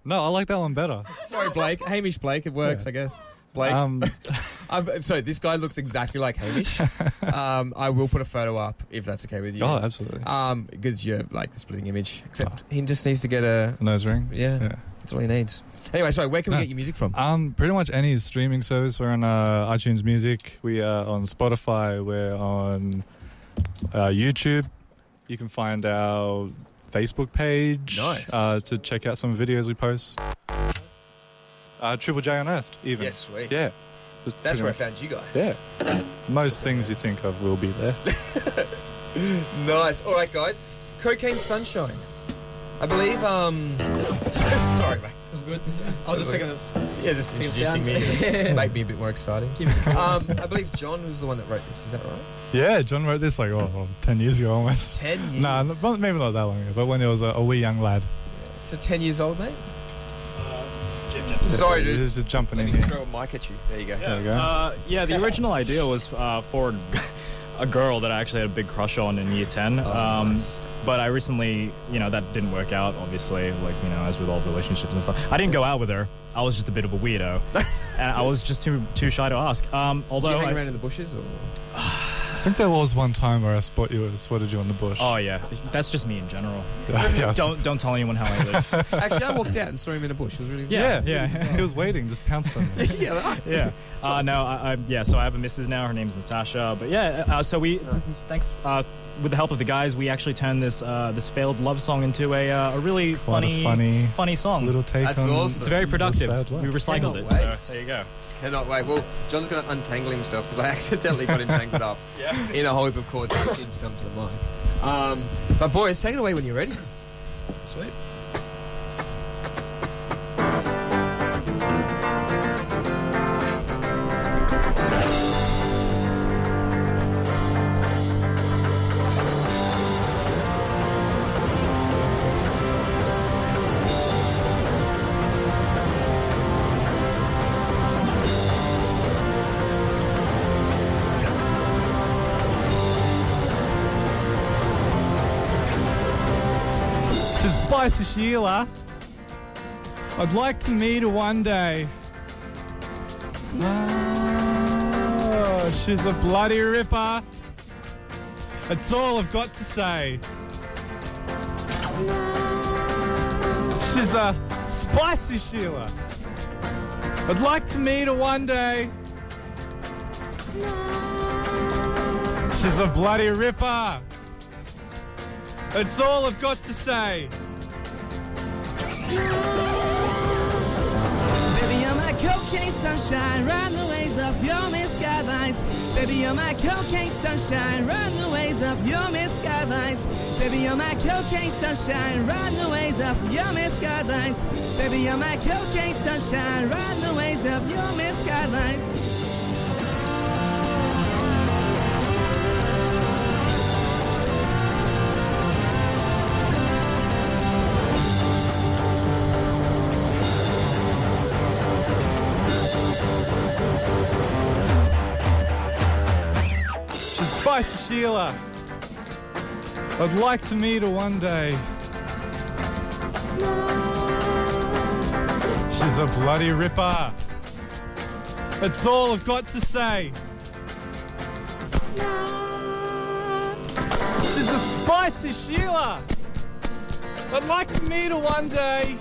S4: No, I like that one better.
S2: sorry, Blake. Hamish Blake. It works,
S4: Yeah.
S2: I guess. Blake.
S4: Um,
S2: I've, so this guy looks exactly like Hamish. um, I will put a photo up if that's okay with you.
S4: Oh, absolutely.
S2: Um, because you're like the splitting image. Except he just needs to get a.
S4: Nose ring.
S2: Yeah,
S4: Yeah.
S2: that's all he needs. Anyway, sorry. Where can we
S4: No.
S2: get your music
S7: Uh,
S2: from?
S4: Um, pretty much any streaming service. We're on uh, iTunes Music. We are on Spotify. We're on uh, YouTube. You can find our Facebook page.
S2: Nice.
S4: Uh, to check out some videos we post. Uh, Triple J Unearthed, even.
S2: Yes, sweet.
S4: Yeah. Just
S2: that's
S4: pretty
S2: where I
S4: much-
S2: found you guys.
S4: Yeah. Most things you think of will be there.
S2: Nice. All right, guys. Cocaine Sunshine. I believe. Um. sorry, mate.
S7: good. I was just thinking this.
S2: Yeah, just
S7: Same
S2: introducing
S7: sound.
S2: me to make me a bit more exciting.
S7: Keep it
S2: Um, I believe John was the one that wrote this. Is that right?
S4: yeah, John wrote this like, oh, 10 years ago almost.
S2: Ten years.
S4: Nah, n- well, maybe not that long ago, but when he was a, a wee young lad.
S2: So ten years old, mate.
S7: cool.
S2: Sorry,
S4: He
S2: dude.
S4: was just jumping
S2: Let
S4: in
S2: me
S4: here.
S2: throw a mic at you. There you go.
S4: There we go.
S6: Uh, yeah, the original idea was uh, for a girl that I actually had a big crush on in year 10.
S2: Oh,
S6: um,
S2: nice.
S6: But I recently, you know, that didn't work out, obviously, like, you know, as with all relationships and stuff. I didn't go out with her. I was just a bit of a weirdo. and I was just too too shy to ask. Um,
S2: Did you
S6: although.
S2: hang
S6: I-
S2: around in the bushes or?
S4: I think there was one time where I spot you, spotted you in the bush.
S6: oh, yeah. That's just me in general.
S4: yeah.
S6: Don't don't tell anyone how I live.
S2: Actually, I walked out and saw him in a bush. It was really
S4: Yeah,
S6: Yeah, yeah.
S4: he was waiting, just pounced on me.
S2: yeah. like-
S6: yeah. Uh, no, I, I, yeah, so I have a missus now. Her name's Natasha. But yeah, uh, so we, thanks, uh, with the help of the guys, we actually turned this uh, this failed love song into a, uh, a really
S4: Quite a
S6: funny,
S4: funny
S6: funny song.
S4: Little take
S2: That's
S4: on.
S2: awesome.
S6: it's very productive.
S4: sad life.
S6: We recycled
S2: Cannot
S6: it.
S2: wait.
S6: So there you go.
S2: Cannot wait. Well, John's going to untangle himself because I accidentally got him tangled up in a whole heap of cords that didn't come to the mic. Um, but boys, take it away when you're ready.
S7: Sweet.
S4: Hi, Sheila. I'd like to meet her one day. Oh, she's a bloody ripper. That's all I've got to say. She's a spicy Sheila. I'd like to meet her one day. She's a bloody ripper. That's all I've got to say.
S8: Baby, you're my cocaine sunshine, run the ways of your missed guidelines. Baby, you're my cocaine sunshine, run the ways of your missed guidelines. Baby, you're my cocaine sunshine, run the ways of your missed guidelines. Baby, you're my cocaine sunshine, run the ways of your missed guidelines.
S4: She's Spicy Sheila. I'd like to meet her one day. She's a bloody ripper. That's all I've got to say. She's a spicy Sheila. I'd like to meet her one day.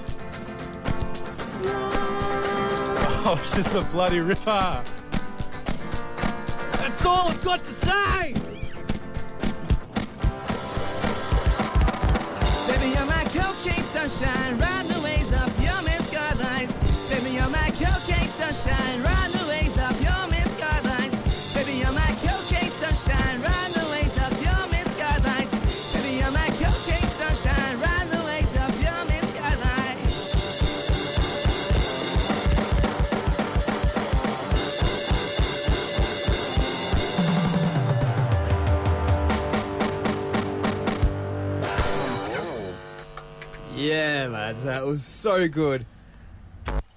S4: Oh, she's a bloody ripper. That's all I've got to say.
S8: Baby, you're my cocaine sunshine, run the ways of your missed guidelines. Baby, you're my cocaine sunshine, run the ways of your missed guidelines. Baby, you're my cocaine sunshine, run the ways of your missed guidelines. Baby, you're my cocaine sunshine, run the ways of your missed guidelines.
S2: Yeah, lads, that was so good.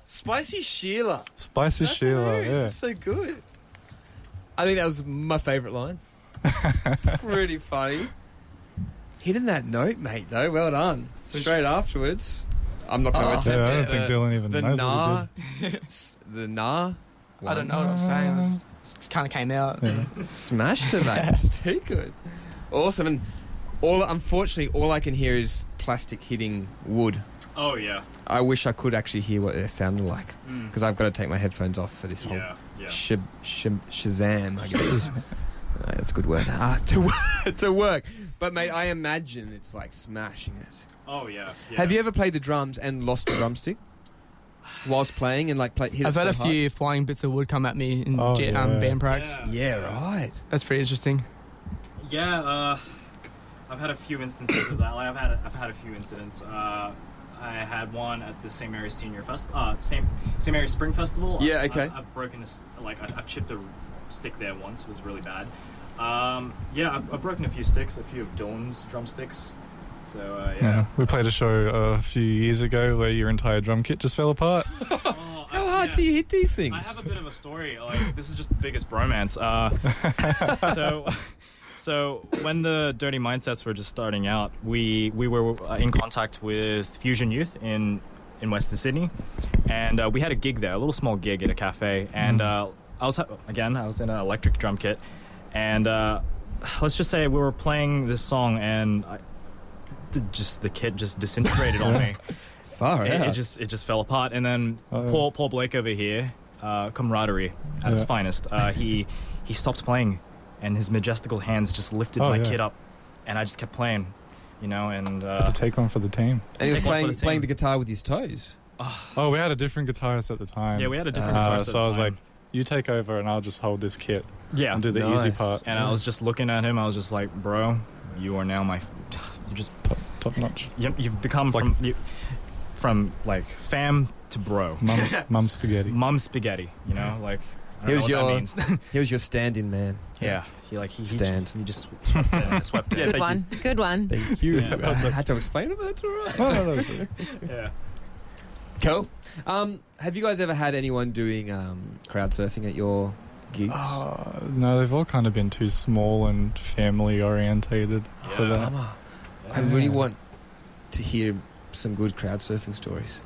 S2: Spicy Sheila.
S4: Spicy
S2: That's
S4: Sheila.
S2: hilarious.
S4: Yeah.
S2: That's so good. I think that was my favourite line. Pretty funny. Hitting that note, mate. Though, well done. Straight afterwards, I'm not going to
S3: Oh.
S2: attempt
S4: Yeah, I don't
S2: it.
S4: think
S2: The-
S4: Dylan even
S2: the
S4: knows
S2: nah,
S4: what
S2: s- the nah,
S3: I don't know what I was saying. It, was, it kind of came out.
S2: smashed it, mate. It's too good. Awesome. And all, unfortunately, all I can hear is plastic hitting wood.
S6: Oh yeah,
S2: I wish I could actually hear what it sounded like
S4: Mm.
S2: because I've got to take my headphones off for this whole
S6: yeah, yeah.
S2: Shib, shib, Shazam, I guess. Uh, that's a good word. Ah, to, wo- to work. But, mate, I imagine it's like smashing it.
S6: Oh yeah. yeah.
S2: Have you ever played the drums and lost the drumstick whilst playing and like play, hit
S3: I've
S2: it
S3: had
S2: so
S3: a
S2: hard?
S3: few flying bits of wood come at me in
S4: Oh,
S3: jet, um,
S4: yeah.
S3: band practice.
S2: Yeah, right.
S3: That's pretty interesting.
S6: Yeah, uh, I've had a few instances of that. Like I've had a, I've had a few incidents. Uh, I had one at the St Mary's Senior Fest, uh, St St Mary's Spring Festival.
S2: Yeah,
S6: I've-
S2: okay.
S6: I've, I've broken a s- like I, I've chipped a stick there once. It was really bad. Um, yeah, I've, I've broken a few sticks, a few of Dylan's drumsticks. So
S4: Yeah.
S6: uh,
S2: Mm-hmm.
S6: yeah.
S4: We played a show uh, a few years ago where your entire drum kit just fell apart.
S6: Oh,
S2: How
S6: I-
S2: hard
S6: yeah.
S2: do you hit these things?
S6: I have a bit of a story. Like this is just the biggest bromance. Uh, so, so when the Dirty Mindsets were just starting out, we we were uh, in contact with Fusion Youth in in Western Sydney, and uh, we had a gig there, a little small gig at a cafe, and uh, I was ha- again I was in an electric drum kit, and uh, let's just say we were playing this song and. I, the, just the kit just disintegrated on me
S2: Far
S6: it,
S2: out.
S6: it just it just fell apart. And then
S4: Oh.
S6: Paul Paul Blake over here, uh, camaraderie at its
S4: Yeah.
S6: finest. Uh, he he stopped playing, and his majestical hands just lifted
S4: Oh,
S6: my
S4: yeah.
S6: kid up, and I just kept playing, you know. And
S4: Had
S6: uh,
S4: to take one for the team.
S2: and he was
S6: Take one for
S2: playing,
S6: the team.
S2: playing the guitar with his toes.
S4: Oh, we had a different guitarist at the time.
S6: yeah, we had a different
S4: Uh,
S6: guitar.
S4: so I was like, you take over and I'll just hold this kit
S6: yeah.
S4: and do the easy
S2: Nice.
S4: part.
S6: And I was just looking at him. I was just like, bro, you are now my. You just
S4: top, top notch.
S6: you, you've become
S4: Like-
S6: from you, from like fam to bro,
S4: Mum, mum spaghetti.
S6: mum spaghetti. You know, like I
S2: He
S6: don't
S2: was
S6: know what
S2: your-
S6: that means.
S2: He was your stand-in man.
S6: Yeah, he like he he-
S2: Stand.
S6: He, just swept it, swept
S5: Good
S6: it.
S5: one. Good one.
S4: Thank you.
S2: I had to explain it, but that's all right.
S4: No, no, no.
S6: Yeah.
S2: Cool. Um, have you guys ever had anyone doing um, crowd surfing at your gigs?
S6: Oh,
S4: Uh, no, they've all kind of been too small and family orientated for
S6: Yeah.
S4: that.
S2: Bummer. I really
S4: Yeah.
S2: want to hear some good crowd surfing stories.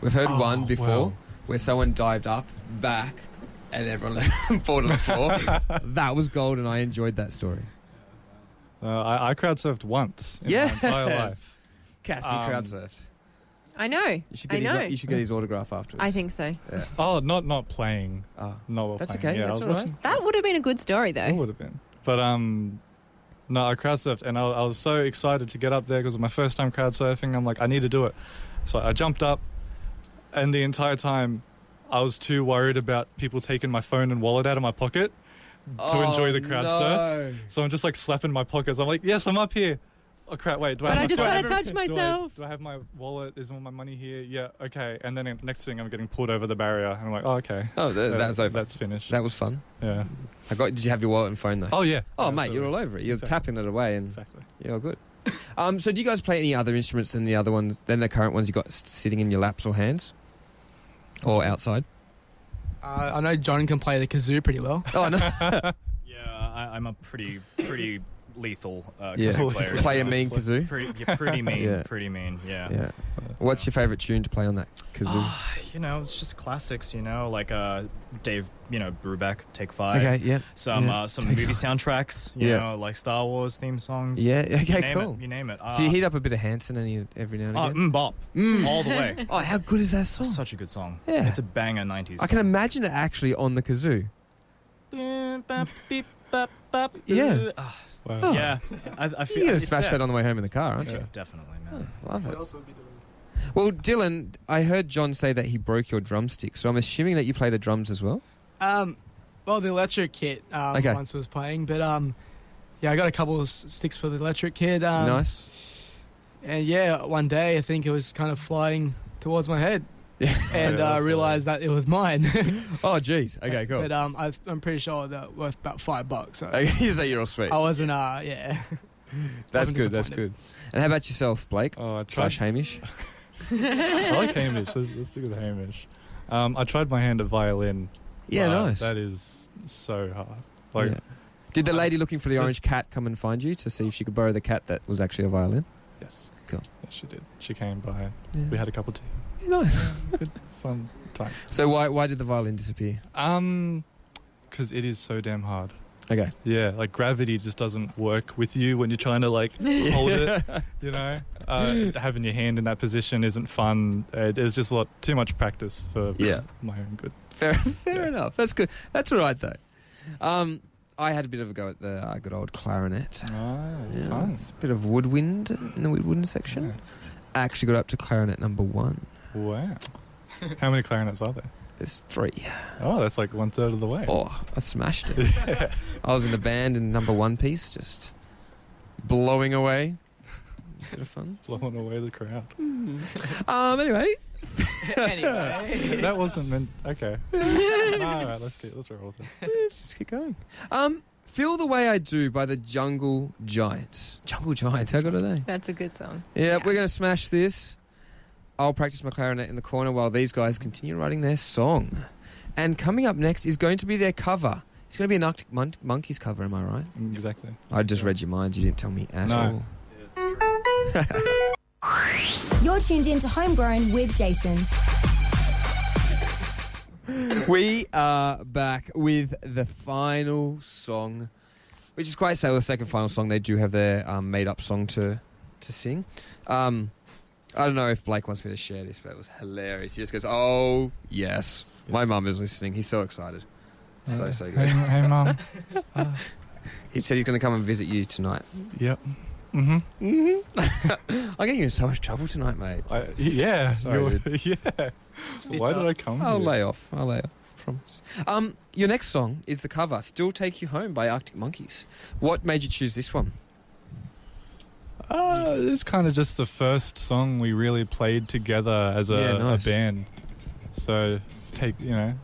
S2: We've heard
S11: Oh,
S2: one before
S11: wow.
S2: where someone dived up, back, and everyone let them fall to the floor. that was gold, and I enjoyed that story.
S11: Uh, I, I crowd surfed once in
S2: Yes.
S11: my entire life.
S2: Cassie
S11: Um,
S2: crowd surfed.
S5: I know.
S2: You should
S5: I
S2: get,
S5: know.
S2: His, you should get his autograph afterwards.
S5: I think so.
S11: Oh, not not playing.
S4: Ah.
S2: Oh.
S11: Not while
S2: That's
S11: playing.
S2: okay,
S11: Yeah,
S2: that's
S11: I was
S2: all right.
S11: watching.
S5: That would have been a good story, though.
S11: It would have been. But um, no, I crowd surfed, and I, I was so excited to get up there because it was my first time crowd surfing. I'm like, I need to do it. So I jumped up, and the entire time, I was too worried about people taking my phone and wallet out of my pocket to enjoy the crowd surf. So I'm just like slapping my pockets. I'm like, yes, I'm up here. Oh crap! Wait, do I?
S5: But
S11: have
S5: I
S11: my
S5: just
S11: phone?
S5: gotta touch
S11: Do I-
S5: myself.
S11: Do I, have my wallet? Is all my money here? Yeah, okay. And then next thing, I'm getting pulled over the barrier, and I'm like, oh okay,
S2: Oh, th-
S11: Uh,
S2: that's over.
S11: That's finished.
S2: that was fun.
S11: yeah.
S2: I got. Did you have your wallet and phone though?
S11: Oh yeah.
S2: Oh,
S11: Yeah,
S2: mate, you're
S11: absolutely.
S2: all over it. You're
S11: Exactly.
S2: tapping it away, and
S11: Exactly.
S2: you're all good. Um, so, do you guys play any other instruments than the other ones, than the current ones you got s- sitting in your laps or hands, or outside?
S3: Uh, I know John can play the kazoo pretty well.
S2: Oh no,
S6: Yeah, I, I'm a pretty pretty lethal uh,
S2: Yeah.
S6: kazoo player.
S2: play a mean kazoo.
S6: Pretty, yeah, pretty mean,
S2: Yeah.
S6: pretty mean. Yeah. Ah,
S2: Yeah. What's your favourite tune to play on that kazoo?
S6: You know, it's just classics. You know, like uh, Dave, you know, Brubeck, Take Five.
S2: okay, yeah,
S6: Some
S2: yeah,
S6: uh, some
S2: Take
S6: movie soundtracks. You
S2: Yeah.
S6: know, like Star Wars theme songs.
S2: yeah.
S6: You
S2: Okay,
S6: name
S2: cool.
S6: it. You name it. Uh,
S2: Do you heat up a bit of Hanson any every now and
S6: uh,
S2: again?
S6: mm, bop
S2: Mm.
S6: all the way.
S2: Oh, how good is that song?
S6: Such a good song.
S2: Yeah.
S6: It's a banger '90s.
S2: I can imagine it actually on the kazoo. Yeah.
S6: Ah,
S11: Wow.
S2: Oh.
S6: yeah. I, I feel
S2: You're gonna
S6: it's
S2: smash
S6: there.
S2: that on the way home in the car, aren't you?
S6: Yeah, definitely, man.
S2: Love it.
S12: else would be doing?
S2: Well, Dylan, I heard John say that he broke your drumstick, so I'm assuming that you play the drums as well.
S3: Um, well, the electric kit um,
S2: Okay.
S3: once was playing, but um, yeah, I got a couple of s- sticks for the electric kit. Um,
S2: nice.
S3: And yeah, one day I think it was kind of flying towards my head,
S2: Yeah.
S3: and
S11: Yeah,
S3: uh,
S11: that's
S3: realized that it was mine.
S2: Oh, jeez. Okay, cool.
S3: But
S11: uh,
S3: um, I, I'm pretty sure that it worth about five bucks. So
S2: Okay, so you're all sweet.
S3: I wasn't. Uh, yeah.
S2: that's
S3: wasn't
S2: good. That's good.
S3: disappointed.
S2: And how about yourself, Blake?
S11: Oh, I tried.
S2: Slash Hamish.
S11: I like Hamish. Let's, let's do the Hamish. Um, I tried my hand at violin.
S2: Yeah,
S11: but
S2: nice.
S11: That is so hard. Like,
S2: Yeah. Did the
S11: Um,
S2: lady looking for the
S11: just-
S2: orange cat come and find you to see if she could borrow the cat that was actually a violin?
S11: yes.
S2: Cool.
S11: Yeah, she did. She came by.
S2: Yeah.
S11: We had a cup of tea.
S2: Yeah, nice.
S11: Good, fun time.
S2: So why why did the violin disappear?
S11: Um, because it is so damn hard.
S2: Okay.
S11: Yeah, like gravity just doesn't work with you when you're trying to like hold it. You know, uh, having your hand in that position isn't fun. Uh, there's just a lot too much practice for
S2: Yeah.
S11: my own good.
S2: Fair, fair
S11: Yeah.
S2: enough. That's good. That's all right though. Um, I had a bit of a go at the uh, good old clarinet.
S11: Ah,
S2: Yeah,
S11: fun.
S2: it's a bit of woodwind in the woodwind section. I actually got up to clarinet number one.
S11: Wow. How many clarinets are there?
S2: There's three.
S11: Oh, that's like one third of the way.
S2: Oh, I smashed it. I was in the band in number one piece, just blowing away. Bit of fun.
S11: Blowing away the crowd.
S2: Um, anyway,
S11: that wasn't meant. Okay. All right, let's get let's roll with it.
S2: let's just keep going. Um, Feel the Way I Do by the Jungle Giants. Jungle Giants, how good are they?
S5: That's a good song.
S2: Yeah,
S5: Yeah.
S2: we're going to smash this. I'll practice my clarinet in the corner while these guys continue writing their song. And coming up next is going to be their cover. It's going to be an Arctic Mon- Monkeys cover, am I right?
S11: Exactly.
S2: I just read your minds. You didn't tell me at
S11: No.
S2: all.
S1: You're tuned in to Homegrown with Jason.
S2: we are back with the final song, which is quite so. The second final song, they do have their um, made-up song to to sing. Um, I don't know if Blake wants me to share this, but it was hilarious. He just goes, "Oh yes, my mum is listening. He's so excited, so so
S11: Hey,
S2: good."
S11: hey mom.
S2: He said he's going to come and visit you tonight.
S11: Yep. Mm-hmm.
S2: I'm getting you in so much trouble tonight, mate.
S11: I, yeah.
S2: Sorry,
S11: you're- yeah. Why did I come?
S2: I'll
S11: here?
S2: lay off. I'll lay off. Promise. Um, your next song is the cover "Still Take You Home" by Arctic Monkeys. What made you choose this one?
S11: Uh, it's kind of just the first song we really played together as a,
S2: Yeah, nice.
S11: a band. So take you know,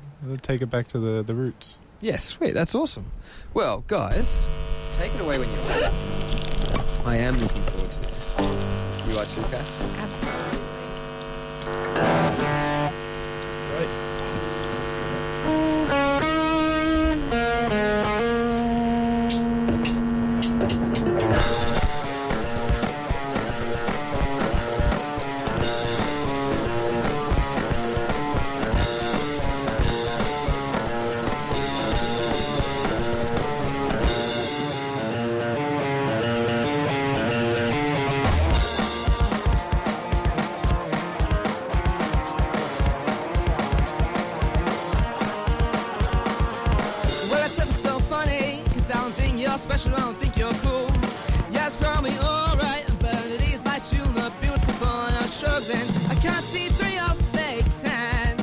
S11: take it back to the the roots.
S2: Yes, sweet. That's awesome. Well, guys, take it away when you're ready. I am looking forward to this. You are too, Cash?
S5: Absolutely.
S11: Still
S8: frozen. I can't see through your fake tan.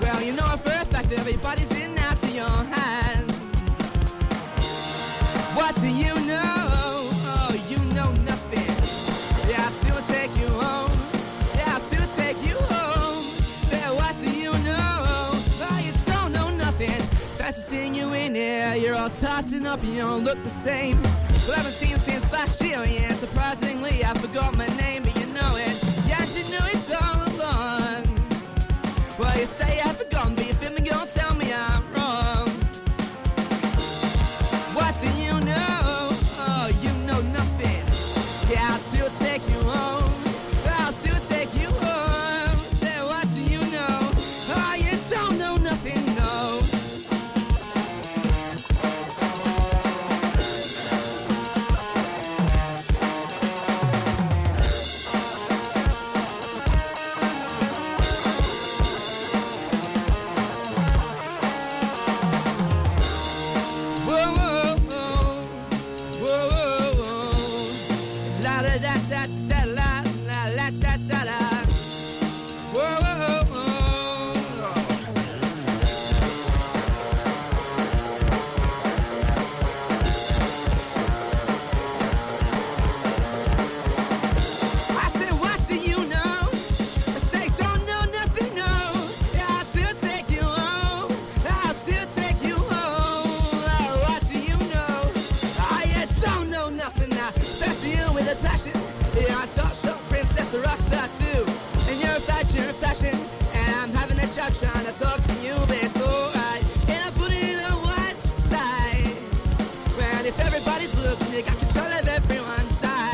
S8: Well, you know for a fact everybody's in out to your hands. What do you know? Oh, you know nothing. Yeah, I still take you home. Yeah, I still take you home. Say, what do you know? Oh, you don't know nothing. That's the thing you in there. You're all tossing up and you don't look the same. Well, I haven't seen you since last year, yeah. Surprisingly, I forgot my name, but you know it. Yeah, you knew it all along. Well, you say I've forgotten, but you feel me, gonna tell me I'm wrong. What do you know? Oh, you know nothing. Yeah, I'll still take you home. I'll still take you home. Say, what do you know? Oh, you don't know nothing, no. Whoa, whoa, whoa. Whoa, whoa, whoa. Oh, La da da da da la la la da da da. Whoa, whoa, whoa, whoa. I said, what do you know? I say, don't know nothing, no. Yeah, I'll still take you home. I'll still take you home. Oh, what do you know? I don't know nothing now. That's you with a passion. Yeah, I saw show princess, a rock star too. And you're a fashion, you're a fashion. And I'm having a job trying to talk to you, but it's alright. And I put it on one side. Well, if everybody's looking, they got control of everyone's side.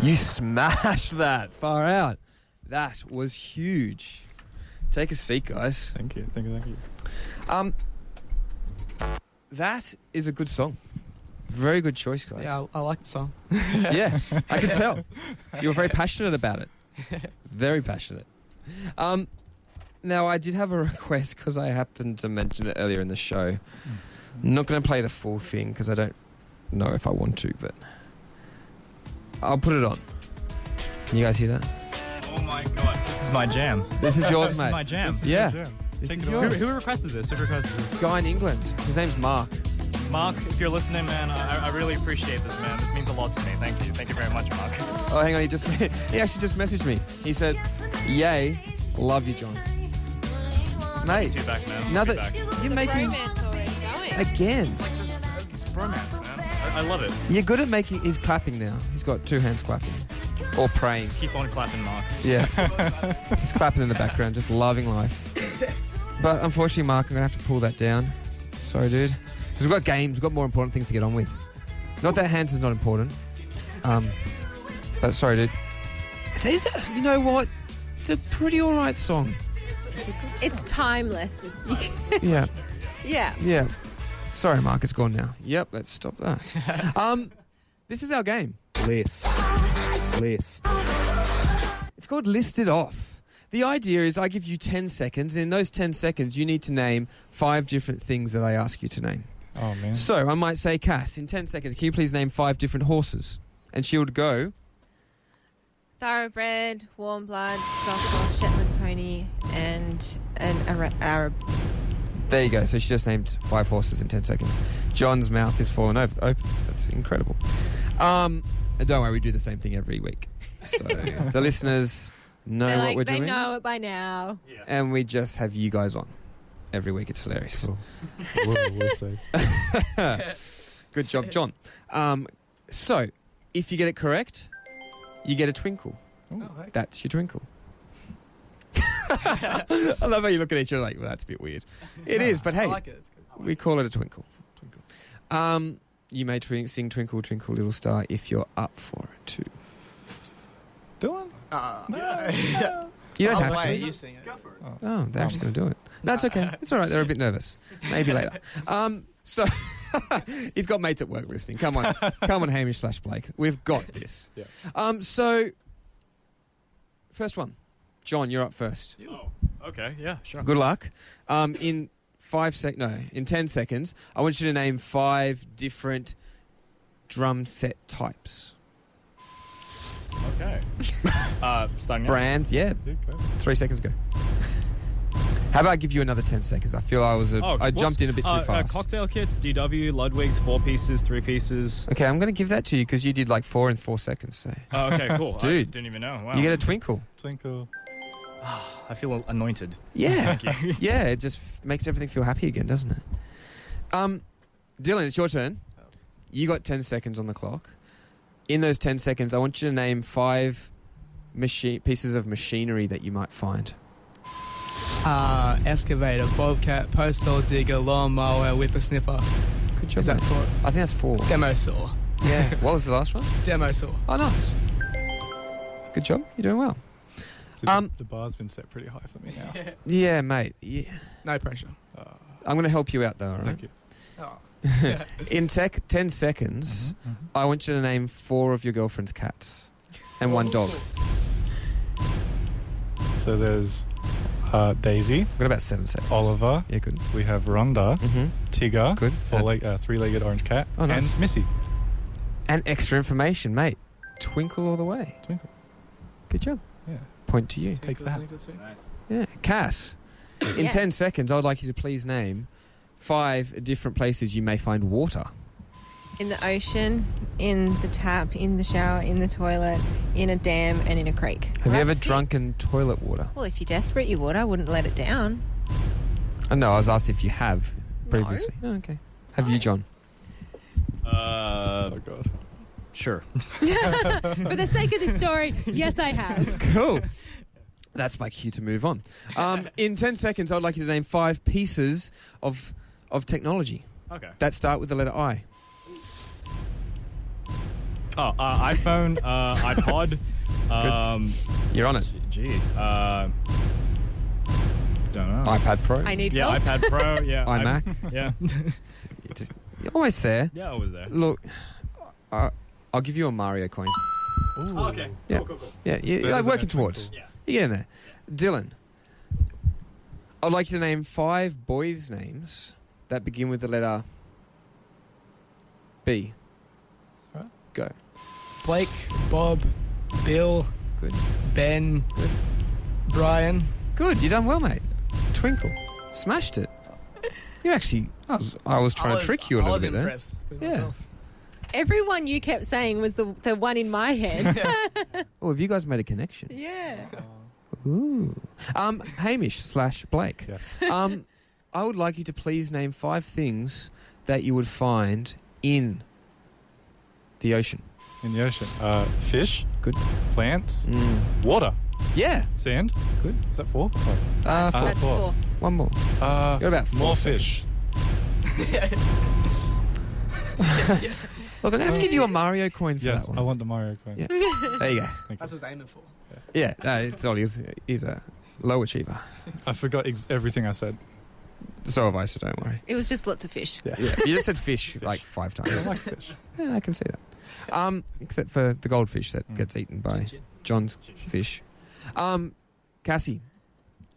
S2: You smashed that far out. That was huge. Take a seat, guys.
S4: Thank you, thank you, thank you.
S2: Um, that is a good song. Very good choice, guys.
S3: Yeah, I, I like the song.
S2: yeah, I can tell. You were very passionate about it. Very passionate. Um, now, I did have a request because I happened to mention it earlier in the
S6: Mm.
S2: show. I'm not going to play the full thing because I don't know if I want to, but I'll put it on. Can you guys hear that?
S6: Oh my god, this is my jam.
S2: This is yours,
S6: this
S2: mate.
S6: Is my jam.
S2: This is Yeah.
S4: Good jam.
S2: This
S6: Take
S2: is
S6: it away.
S2: yours.
S6: Who, who requested this? Who requested this?
S2: Guy in England. His name's Mark.
S6: Mark, if you're listening, man, I, I really appreciate this, man. This means a lot to me. Thank you. Thank you very much, Mark.
S2: Oh, hang on. He just he actually just messaged me. He said, "Yay, love you, John." Mate,
S6: Two back, man.
S2: now
S6: Two
S2: that
S6: back.
S2: you're making
S5: Romance already going.
S2: again,
S6: It's bromance, man. I, I love it.
S2: you're good at making. He's clapping now. He's got two hands clapping or praying.
S6: Keep on clapping, Mark.
S2: Yeah, he's clapping in the background, just loving life. But unfortunately, Mark, I'm gonna have to pull that down. Sorry, dude. Because we've got games, we've got more important things to get on with. Not that Hans is not important. Um, but sorry, dude. It's, it's, you know what? It's a pretty alright song.
S5: It's timeless. You can-
S2: Yeah.
S5: yeah.
S2: Yeah. Sorry, Mark, it's gone now. Yep, let's stop that. um, this is our game.
S9: List. List.
S2: It's called List It Off. The idea is I give you 10 seconds, and in those 10 seconds, you need to name five different things that I ask you to name.
S4: Oh man.
S2: So I might say, Cass, in 10 seconds, can you please name five different horses? And she would go,
S5: Thoroughbred, warm blood, Stoffel, Shetland pony, and an Ara- Arab.
S2: There you go. So she just named five horses in 10 seconds. John's mouth is fallen over. Open. That's incredible. Um, and don't worry, we do the same thing every week. So the listeners know
S5: They're
S2: what
S5: like,
S2: we're
S5: they
S2: doing.
S5: know it by now.
S6: Yeah.
S2: And we just have you guys on every week. It's hilarious.
S4: Cool. We'll- we'll see.
S2: Good job, John. Um, so if you get it correct, you get a twinkle. That's your twinkle. I love how you look at each other like, well, that's a bit weird. It is, but
S3: I
S2: hey,
S3: like it. It's good.
S2: we call it a twinkle. Um, you may twink, sing Twinkle, Twinkle, Little Star if you're up for it too.
S4: Dylan.
S3: Uh,
S2: You don't
S3: I'll
S2: have
S3: play
S2: to.
S3: it, You sing it.
S2: Oh, they're actually going to do it. That's okay. It's all right. They're a bit nervous. Maybe later. Um, so he's got mates at work listening. Come on, come on, Hamish slash Blake. We've got this.
S4: Yeah.
S2: Um, so first one, John, you're up first.
S6: Oh, okay. Yeah, sure.
S2: Good luck. Um, in five sec, no, in ten seconds, I want you to name five different drum set types?
S6: Okay. uh, starting now?
S2: Brands, yeah.
S6: Yeah, go.
S2: Three seconds ago. How about I give you another 10 seconds? I feel I was a,
S6: Oh,
S2: I
S6: what's-
S2: jumped in a bit too
S6: uh, uh,
S2: fast.
S6: cocktail kits, DW, Ludwig's, four pieces, three pieces.
S2: okay, I'm going to give that to you because you did like four in four seconds. So
S6: Oh, okay, cool.
S2: Dude.
S6: I didn't even know. Wow.
S2: you get a twinkle.
S4: Twinkle.
S6: I feel anointed.
S2: Yeah.
S6: Thank you.
S2: yeah, it just f- makes everything feel happy again, doesn't it? Um, Dylan, it's your turn. You got 10 seconds on the clock. In those 10 seconds, I want you to name five machi- pieces of machinery that you might find.
S3: Uh, excavator, bobcat, postal digger, lawnmower, whippersnipper.
S2: Good job.
S3: Is that
S2: mate.
S3: for
S2: I think that's four.
S3: demo saw?
S2: Yeah. what was the last one?
S3: Demo saw.
S2: Oh, nice. Good job. You're doing well.
S4: The,
S2: Um,
S4: the bar's been set pretty high for me now.
S2: Yeah, mate. Yeah.
S3: No pressure.
S4: Uh,
S2: I'm going to help you out, though, all right?
S4: Thank you.
S3: Oh.
S2: In tech, 10 seconds, I want you to name four of your girlfriend's cats and one dog.
S4: So there's uh, Daisy,
S2: I've got about seven seconds.
S4: Oliver.
S2: Yeah, good.
S4: We have Rhonda,
S2: Mm-hmm.
S4: Tigger,
S2: Good.
S4: four leg, uh, three-legged orange cat,
S2: Oh, nice.
S4: and Missy.
S2: And extra information, mate. Twinkle all the way.
S4: Twinkle.
S2: Good job.
S4: Yeah,
S2: Point to you.
S4: take that.
S6: Nice.
S2: Yeah. Cass, in
S5: Yeah.
S2: 10 seconds, I would like you to please name five different places you may find water.
S5: In the ocean, in the tap, in the shower, in the toilet, in a dam, and in a creek.
S2: Have you
S5: That's
S2: ever
S5: six.
S2: drunken toilet water?
S5: Well, if you're desperate, you would. I wouldn't let it down.
S2: Oh, no, I was asked if you have previously. Oh, okay. Have you, John?
S6: Uh,
S4: Oh god.
S6: sure.
S5: For the sake of this story, yes, I have.
S2: Cool. That's my cue to move on. Um, in 10 seconds, I would like you to name five pieces of, of technology
S6: Okay.
S2: that start with the letter I.
S6: Oh, uh, iPhone, uh, iPod. Um,
S2: You're on it.
S6: gee. Uh, don't know.
S2: iPad Pro.
S5: I need
S6: yeah,
S5: help.
S6: iPad Pro. Yeah. I-
S2: iMac.
S6: yeah.
S2: You're just- you're almost there.
S6: Yeah, I was there.
S2: Look, I, I'll give you a Mario coin.
S6: Oh, okay.
S2: Yeah.
S6: Cool, cool, cool.
S2: Yeah, you,
S4: better
S2: you're working
S4: than a twinkle.
S2: towards.
S6: Yeah.
S2: You're getting there. Dylan, I'd like you to name five boys' names that begin with the letter B.
S4: Alright.
S2: Go.
S3: Blake, Bob, Bill,
S2: Good.
S3: Ben, Brian.
S2: Good. You done well, mate. Twinkle, smashed it. You actually, I was, I was trying
S3: I
S2: to
S3: was-
S2: trick you a
S3: I
S2: little
S3: was
S2: bit there.
S3: impressed with
S2: Yeah.
S3: myself.
S5: Everyone you kept saying was the, the one in my head.
S2: Oh, have you guys made a connection?
S5: yeah.
S2: Ooh. Um, Hamish slash Blake.
S4: Yes.
S2: um, I would like you to please name five things that you would find in the ocean.
S4: In the ocean. Uh, fish.
S2: Good.
S4: Plants.
S2: Mm.
S4: Water.
S2: Yeah.
S4: Sand.
S2: Good.
S4: Is that four? Five.
S2: Uh, four.
S5: That's
S4: four.
S5: four.
S2: One more.
S4: Uh,
S2: Got about four
S4: more
S2: seconds.
S4: fish.
S2: Look, I'm going to have to give you a Mario coin for
S4: Yes,
S2: that one.
S4: I want the Mario coin.
S2: Yeah. there you go.
S4: Thank you.
S3: That's what I was aiming for.
S2: Yeah, no, it's all. He's, he's a low achiever.
S4: I forgot ex- everything I said.
S2: So have I, so don't worry.
S5: It was just lots of fish.
S2: Yeah, you just said fish, like five
S4: I
S2: times.
S4: like fish.
S2: yeah, I can see that. Um, except for the goldfish that
S4: Mm.
S2: gets eaten by John's fish. Um, Cassie,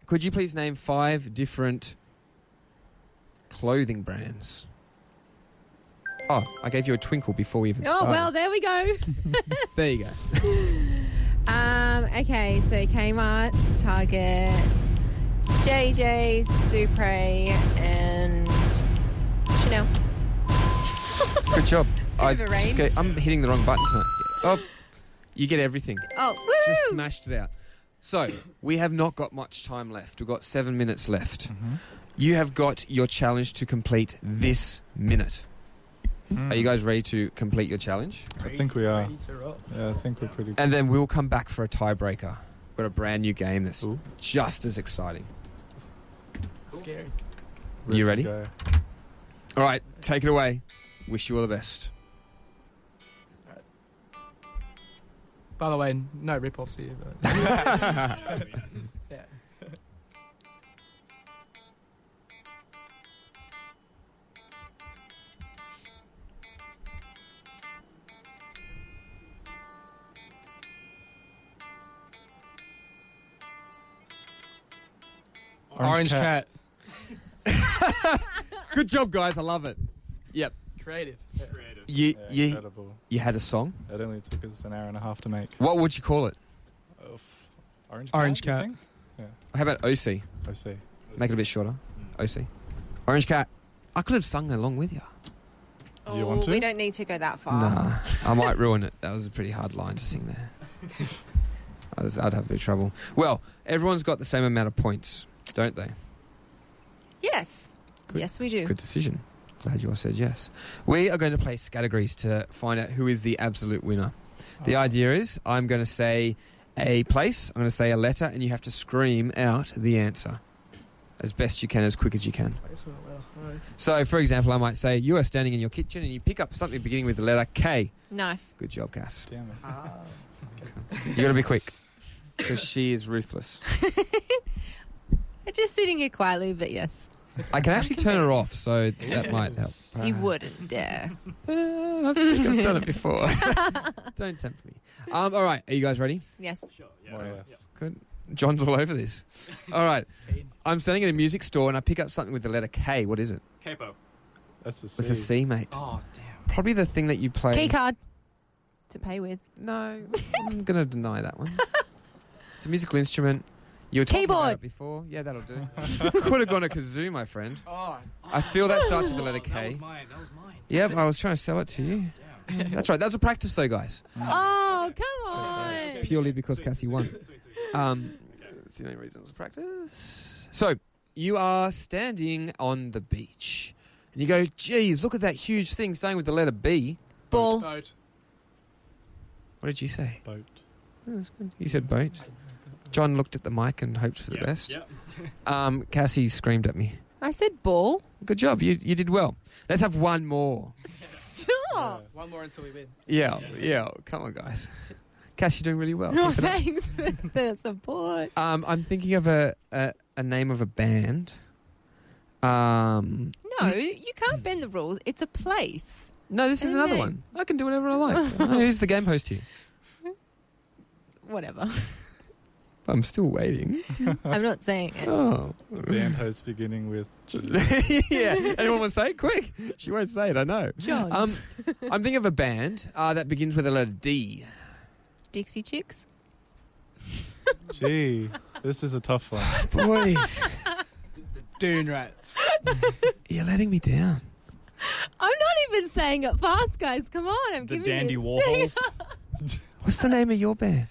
S2: could you please name five different clothing brands? Oh, I gave you a twinkle before we even
S5: Oh,
S2: started.
S5: well, there we go.
S2: there you go.
S5: Um, okay, so Kmart, Target, JJ's, Supre, and Chanel.
S2: Good job. I
S5: of a range.
S2: am hitting the wrong button tonight. Oh, you get everything.
S5: Oh,
S2: Just
S5: woo!
S2: smashed it out. So, we have not got much time left. We've got seven minutes left. You have got your challenge to complete this minute. Are you guys ready to complete your challenge?
S4: I think we are.
S3: Ready to roll.
S4: Yeah, I think we're pretty.
S2: And then we'll come back for a tiebreaker. We've got a brand new game that's
S4: Ooh.
S2: just as exciting.
S3: Scary.
S2: You ready?
S4: to go.
S2: All right, take it away. Wish you all the best.
S3: By the way, no rip-offs here. But yeah. Orange
S4: cat.
S3: cats.
S2: Good job, guys. I love it. Yep.
S3: Creative.
S6: Creative.
S2: You
S4: Yeah,
S2: you
S4: incredible.
S2: you had a song.
S4: It only took us an hour and a half to make.
S2: What would you call it?
S4: Of orange
S3: Orange
S4: cat.
S3: Cat.
S4: you think?
S2: How about OC?
S4: I see.
S2: Make it a bit shorter. OC. Orange Cat. Mm. I could have sung along with you.
S4: Do you want
S5: Oh,
S4: to?
S5: We don't need to go that far.
S2: Nah, I might ruin it. That was a pretty hard line to sing there. I was, I'd have a bit of trouble. Well, everyone's got the same amount of points, don't they?
S5: Yes.
S2: Good.
S5: Yes, we do.
S2: Good decision. Glad you all said yes. We are going to play categories to find out who is the absolute winner. The idea is I'm going to say a place, I'm going to say a letter, and you have to scream out the answer as best you can, as quick as you can. So, for example, I might say you are standing in your kitchen and you pick up something beginning with the letter K.
S5: Knife.
S2: Good job, Cass.
S4: Damn it.
S2: You got to be quick because she is ruthless.
S5: I'm just sitting here quietly, but yes.
S2: I can actually turn her off, so that might help.
S5: You
S4: Uh-huh.
S5: wouldn't dare.
S2: Uh, I think I've done it before. Don't tempt me. Um, all right, are you guys ready?
S5: Yes.
S4: More or less.
S2: John's all over this. All right, I'm standing in a music store and I pick up something with the letter K. What is it?
S6: Capo.
S4: That's a C.
S2: It's a C, mate.
S6: Oh damn.
S2: Probably the thing that you play.
S5: Key card to pay with.
S2: No, I'm gonna deny that one. It's a musical instrument. You were talking about
S5: Keyboard.
S2: it before. Yeah, that'll do. Could have gone a kazoo, my friend. I feel that starts with the letter
S6: Oh, That
S2: K.
S6: was mine. That was mine.
S2: Yep, I was trying to sell it to you. That's right. That was a practice, though, guys.
S4: Mm.
S5: Oh, come on.
S2: Purely because Cassie won.
S6: Sweet, sweet.
S2: Um, that's the only reason it was practice. So you are standing on the beach, and you go, "Geez, look at that huge thing starting with the letter B."
S5: Ball.
S2: What did you say?
S4: Boat.
S2: You said boat. John looked at the mic and hoped for the
S6: Yeah,
S2: best.
S6: yeah.
S2: Um, Cassie screamed at me.
S5: I said ball.
S2: Good job. You you did well. Let's have one more.
S5: Stop.
S3: One more until we win.
S2: Yeah, yeah. Come on, guys. Cassie, you're doing really well.
S5: Oh,
S2: Keep it up.
S5: thanks for the support.
S2: Um, I'm thinking of a, a a name of a band. Um,
S5: No, you can't bend the rules. It's a place.
S2: no, this is
S5: Any
S2: another
S5: name?
S2: one. I can do whatever I like. Uh, Who's the game host here?
S5: Whatever.
S2: I'm still waiting.
S5: I'm not saying it.
S2: Oh,
S4: Band host beginning with.
S2: yeah. Anyone want to say it? Quick. She won't say it. I know.
S5: John.
S2: Um, I'm thinking of a band uh, that begins with a letter D.
S5: Dixie Chicks.
S4: Gee, this is a tough one.
S2: Boys,
S3: Dune rats.
S2: you're letting me down.
S5: I'm not even saying it fast, guys. Come on. I'm
S6: The
S5: giving
S6: Dandy
S5: you
S6: Warhols.
S2: What's the name of your band?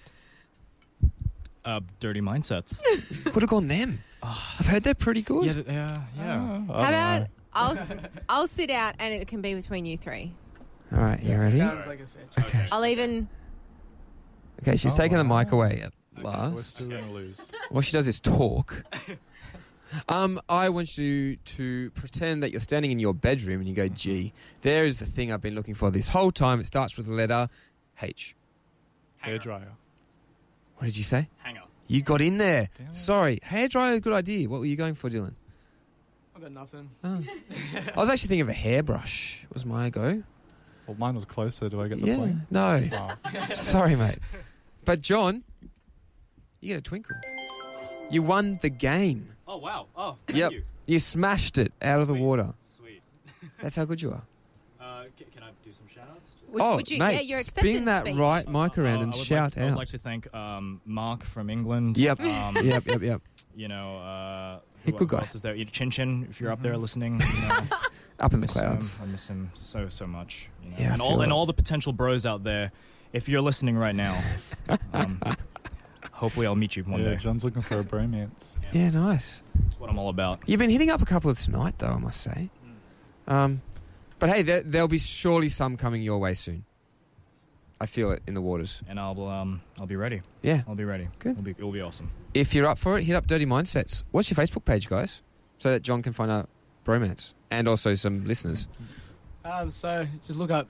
S6: Uh, dirty mindsets.
S2: Could have gone them. Oh, I've heard they're pretty good.
S6: yeah, th- yeah, yeah.
S4: Oh,
S5: How
S4: I
S5: about
S4: dunno.
S5: I'll, s- I'll sit out and it can be between you three.
S2: All right, you ready?
S3: Sounds like a fetch.
S5: I'll even.
S2: Okay, she's
S4: Oh,
S2: taking the
S4: wow.
S2: mic away at
S4: We're
S2: last.
S4: still gonna lose.
S2: What she does is talk. Um, I want you to pretend that you're standing in your bedroom and you go, gee, there is the thing I've been looking for this whole time. It starts with the letter H.
S4: Hair dryer.
S2: What did you say?
S6: Hanger.
S2: You got in there.
S4: Damn it.
S2: Sorry. Hairdryer, good idea. What were you going for, Dylan?
S3: I've got nothing.
S2: Oh. I was actually thinking of a hairbrush, was my go.
S4: Well, mine was closer. Do I get the
S2: yeah.
S4: point?
S2: No.
S4: Oh,
S2: Sorry, mate. But, John, you get a twinkle. You won the game.
S6: Oh wow. Oh, thank
S2: Yep.
S6: you.
S2: You smashed it out of the
S6: Sweet.
S2: water.
S6: Sweet.
S2: That's how good you are.
S6: Uh, c- can I do some shout outs?
S5: Would,
S2: oh,
S5: would you,
S2: mate,
S5: yeah, your acceptance
S2: spin that
S5: speech.
S2: right mic around
S6: Uh,
S2: and
S6: I would
S2: shout
S6: like, I
S2: out.
S6: would like to thank um, Mark from England.
S2: Yep.
S6: Um,
S2: yep, yep, yep.
S6: You know, uh,
S2: He
S6: who,
S2: could go.
S6: who else is there? You- Chin Chin, if you're up
S5: Mm-hmm.
S6: there listening. You know,
S2: Up in the
S6: miss him.
S2: clouds.
S6: I miss him so so much. you know.
S2: Yeah, I
S6: and
S2: feel
S6: all and
S2: that.
S6: all the potential bros out there, if you're listening right now, um, hopefully I'll meet you one
S4: yeah,
S6: day.
S4: John's looking for a bromance.
S2: Yeah, nice.
S6: That's what I'm all about.
S2: You've been hitting up a couple of tonight, though, I must say. Um, but hey, there, there'll be surely some coming your way soon. I feel it in the waters.
S6: And I'll um I'll be ready.
S2: Yeah.
S6: I'll be ready.
S2: Good.
S6: It'll be it'll be awesome.
S2: If you're up for it, hit up Dirty Mindsets. What's your Facebook page, guys? So that John can find out bromance and also some listeners.
S3: Um, so just look up.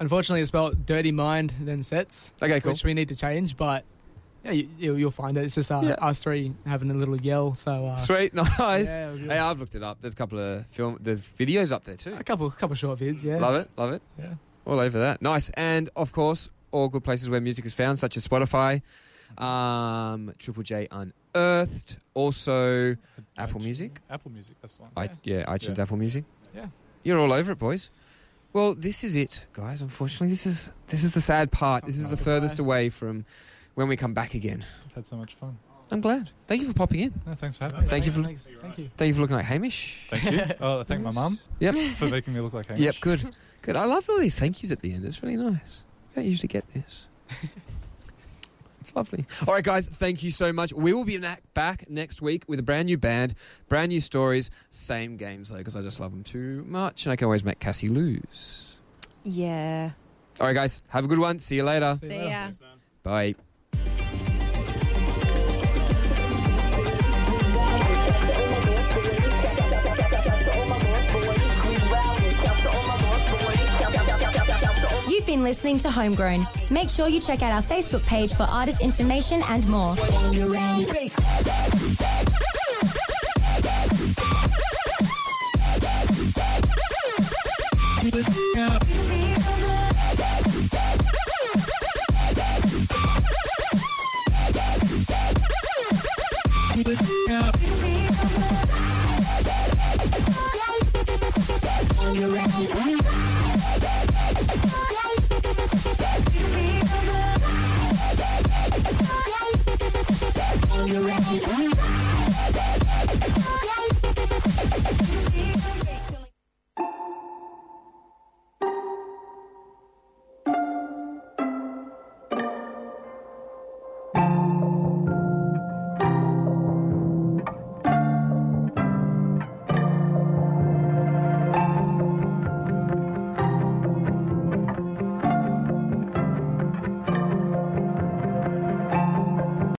S3: Unfortunately, it's spelled dirty mind then sets,
S2: Okay, cool.
S3: which we need to change. But yeah, you, you, you'll find it. It's just uh,
S2: Yeah.
S3: us three having a little yell. So uh,
S2: Sweet, nice.
S3: yeah, it'll be-
S2: Hey, I've looked it up. There's a couple of film. There's videos up there too.
S3: a couple, couple short vids. Yeah,
S2: Love it, love it.
S3: Yeah.
S2: All over that. Nice. And of course, all good places where music is found, such as Spotify, um, Triple J Unearthed, also Apple Music.
S4: Apple Music. That's the one.
S2: I, yeah, iTunes,
S4: Yeah.
S2: Apple Music.
S3: Yeah.
S2: You're all over it, boys. Well, this is it, guys. Unfortunately, this is this is the sad part. This is the furthest away from when we come back again.
S4: I've had so much fun.
S2: I'm glad. Thank you for popping in.
S4: No, thanks for having me.
S2: Thank you for
S3: Thanks. Thank you.
S2: thank you for looking like Hamish.
S4: Thank you. Oh, I thank my mum
S2: Yep.
S4: for making me look like Hamish.
S2: Yep. Good. Good. I love all these thank yous at the end. It's really nice. I don't usually get this. It's lovely. All right, guys. Thank you so much. We will be na- back next week with a brand new band, brand new stories, same games though, because I just love them too much, and I can always make Cassie lose.
S5: Yeah.
S2: All right, guys. Have a good one. See you later.
S5: See ya.
S2: Bye.
S1: You've been listening to Homegrown. Make sure you check out our Facebook page for artist information and more.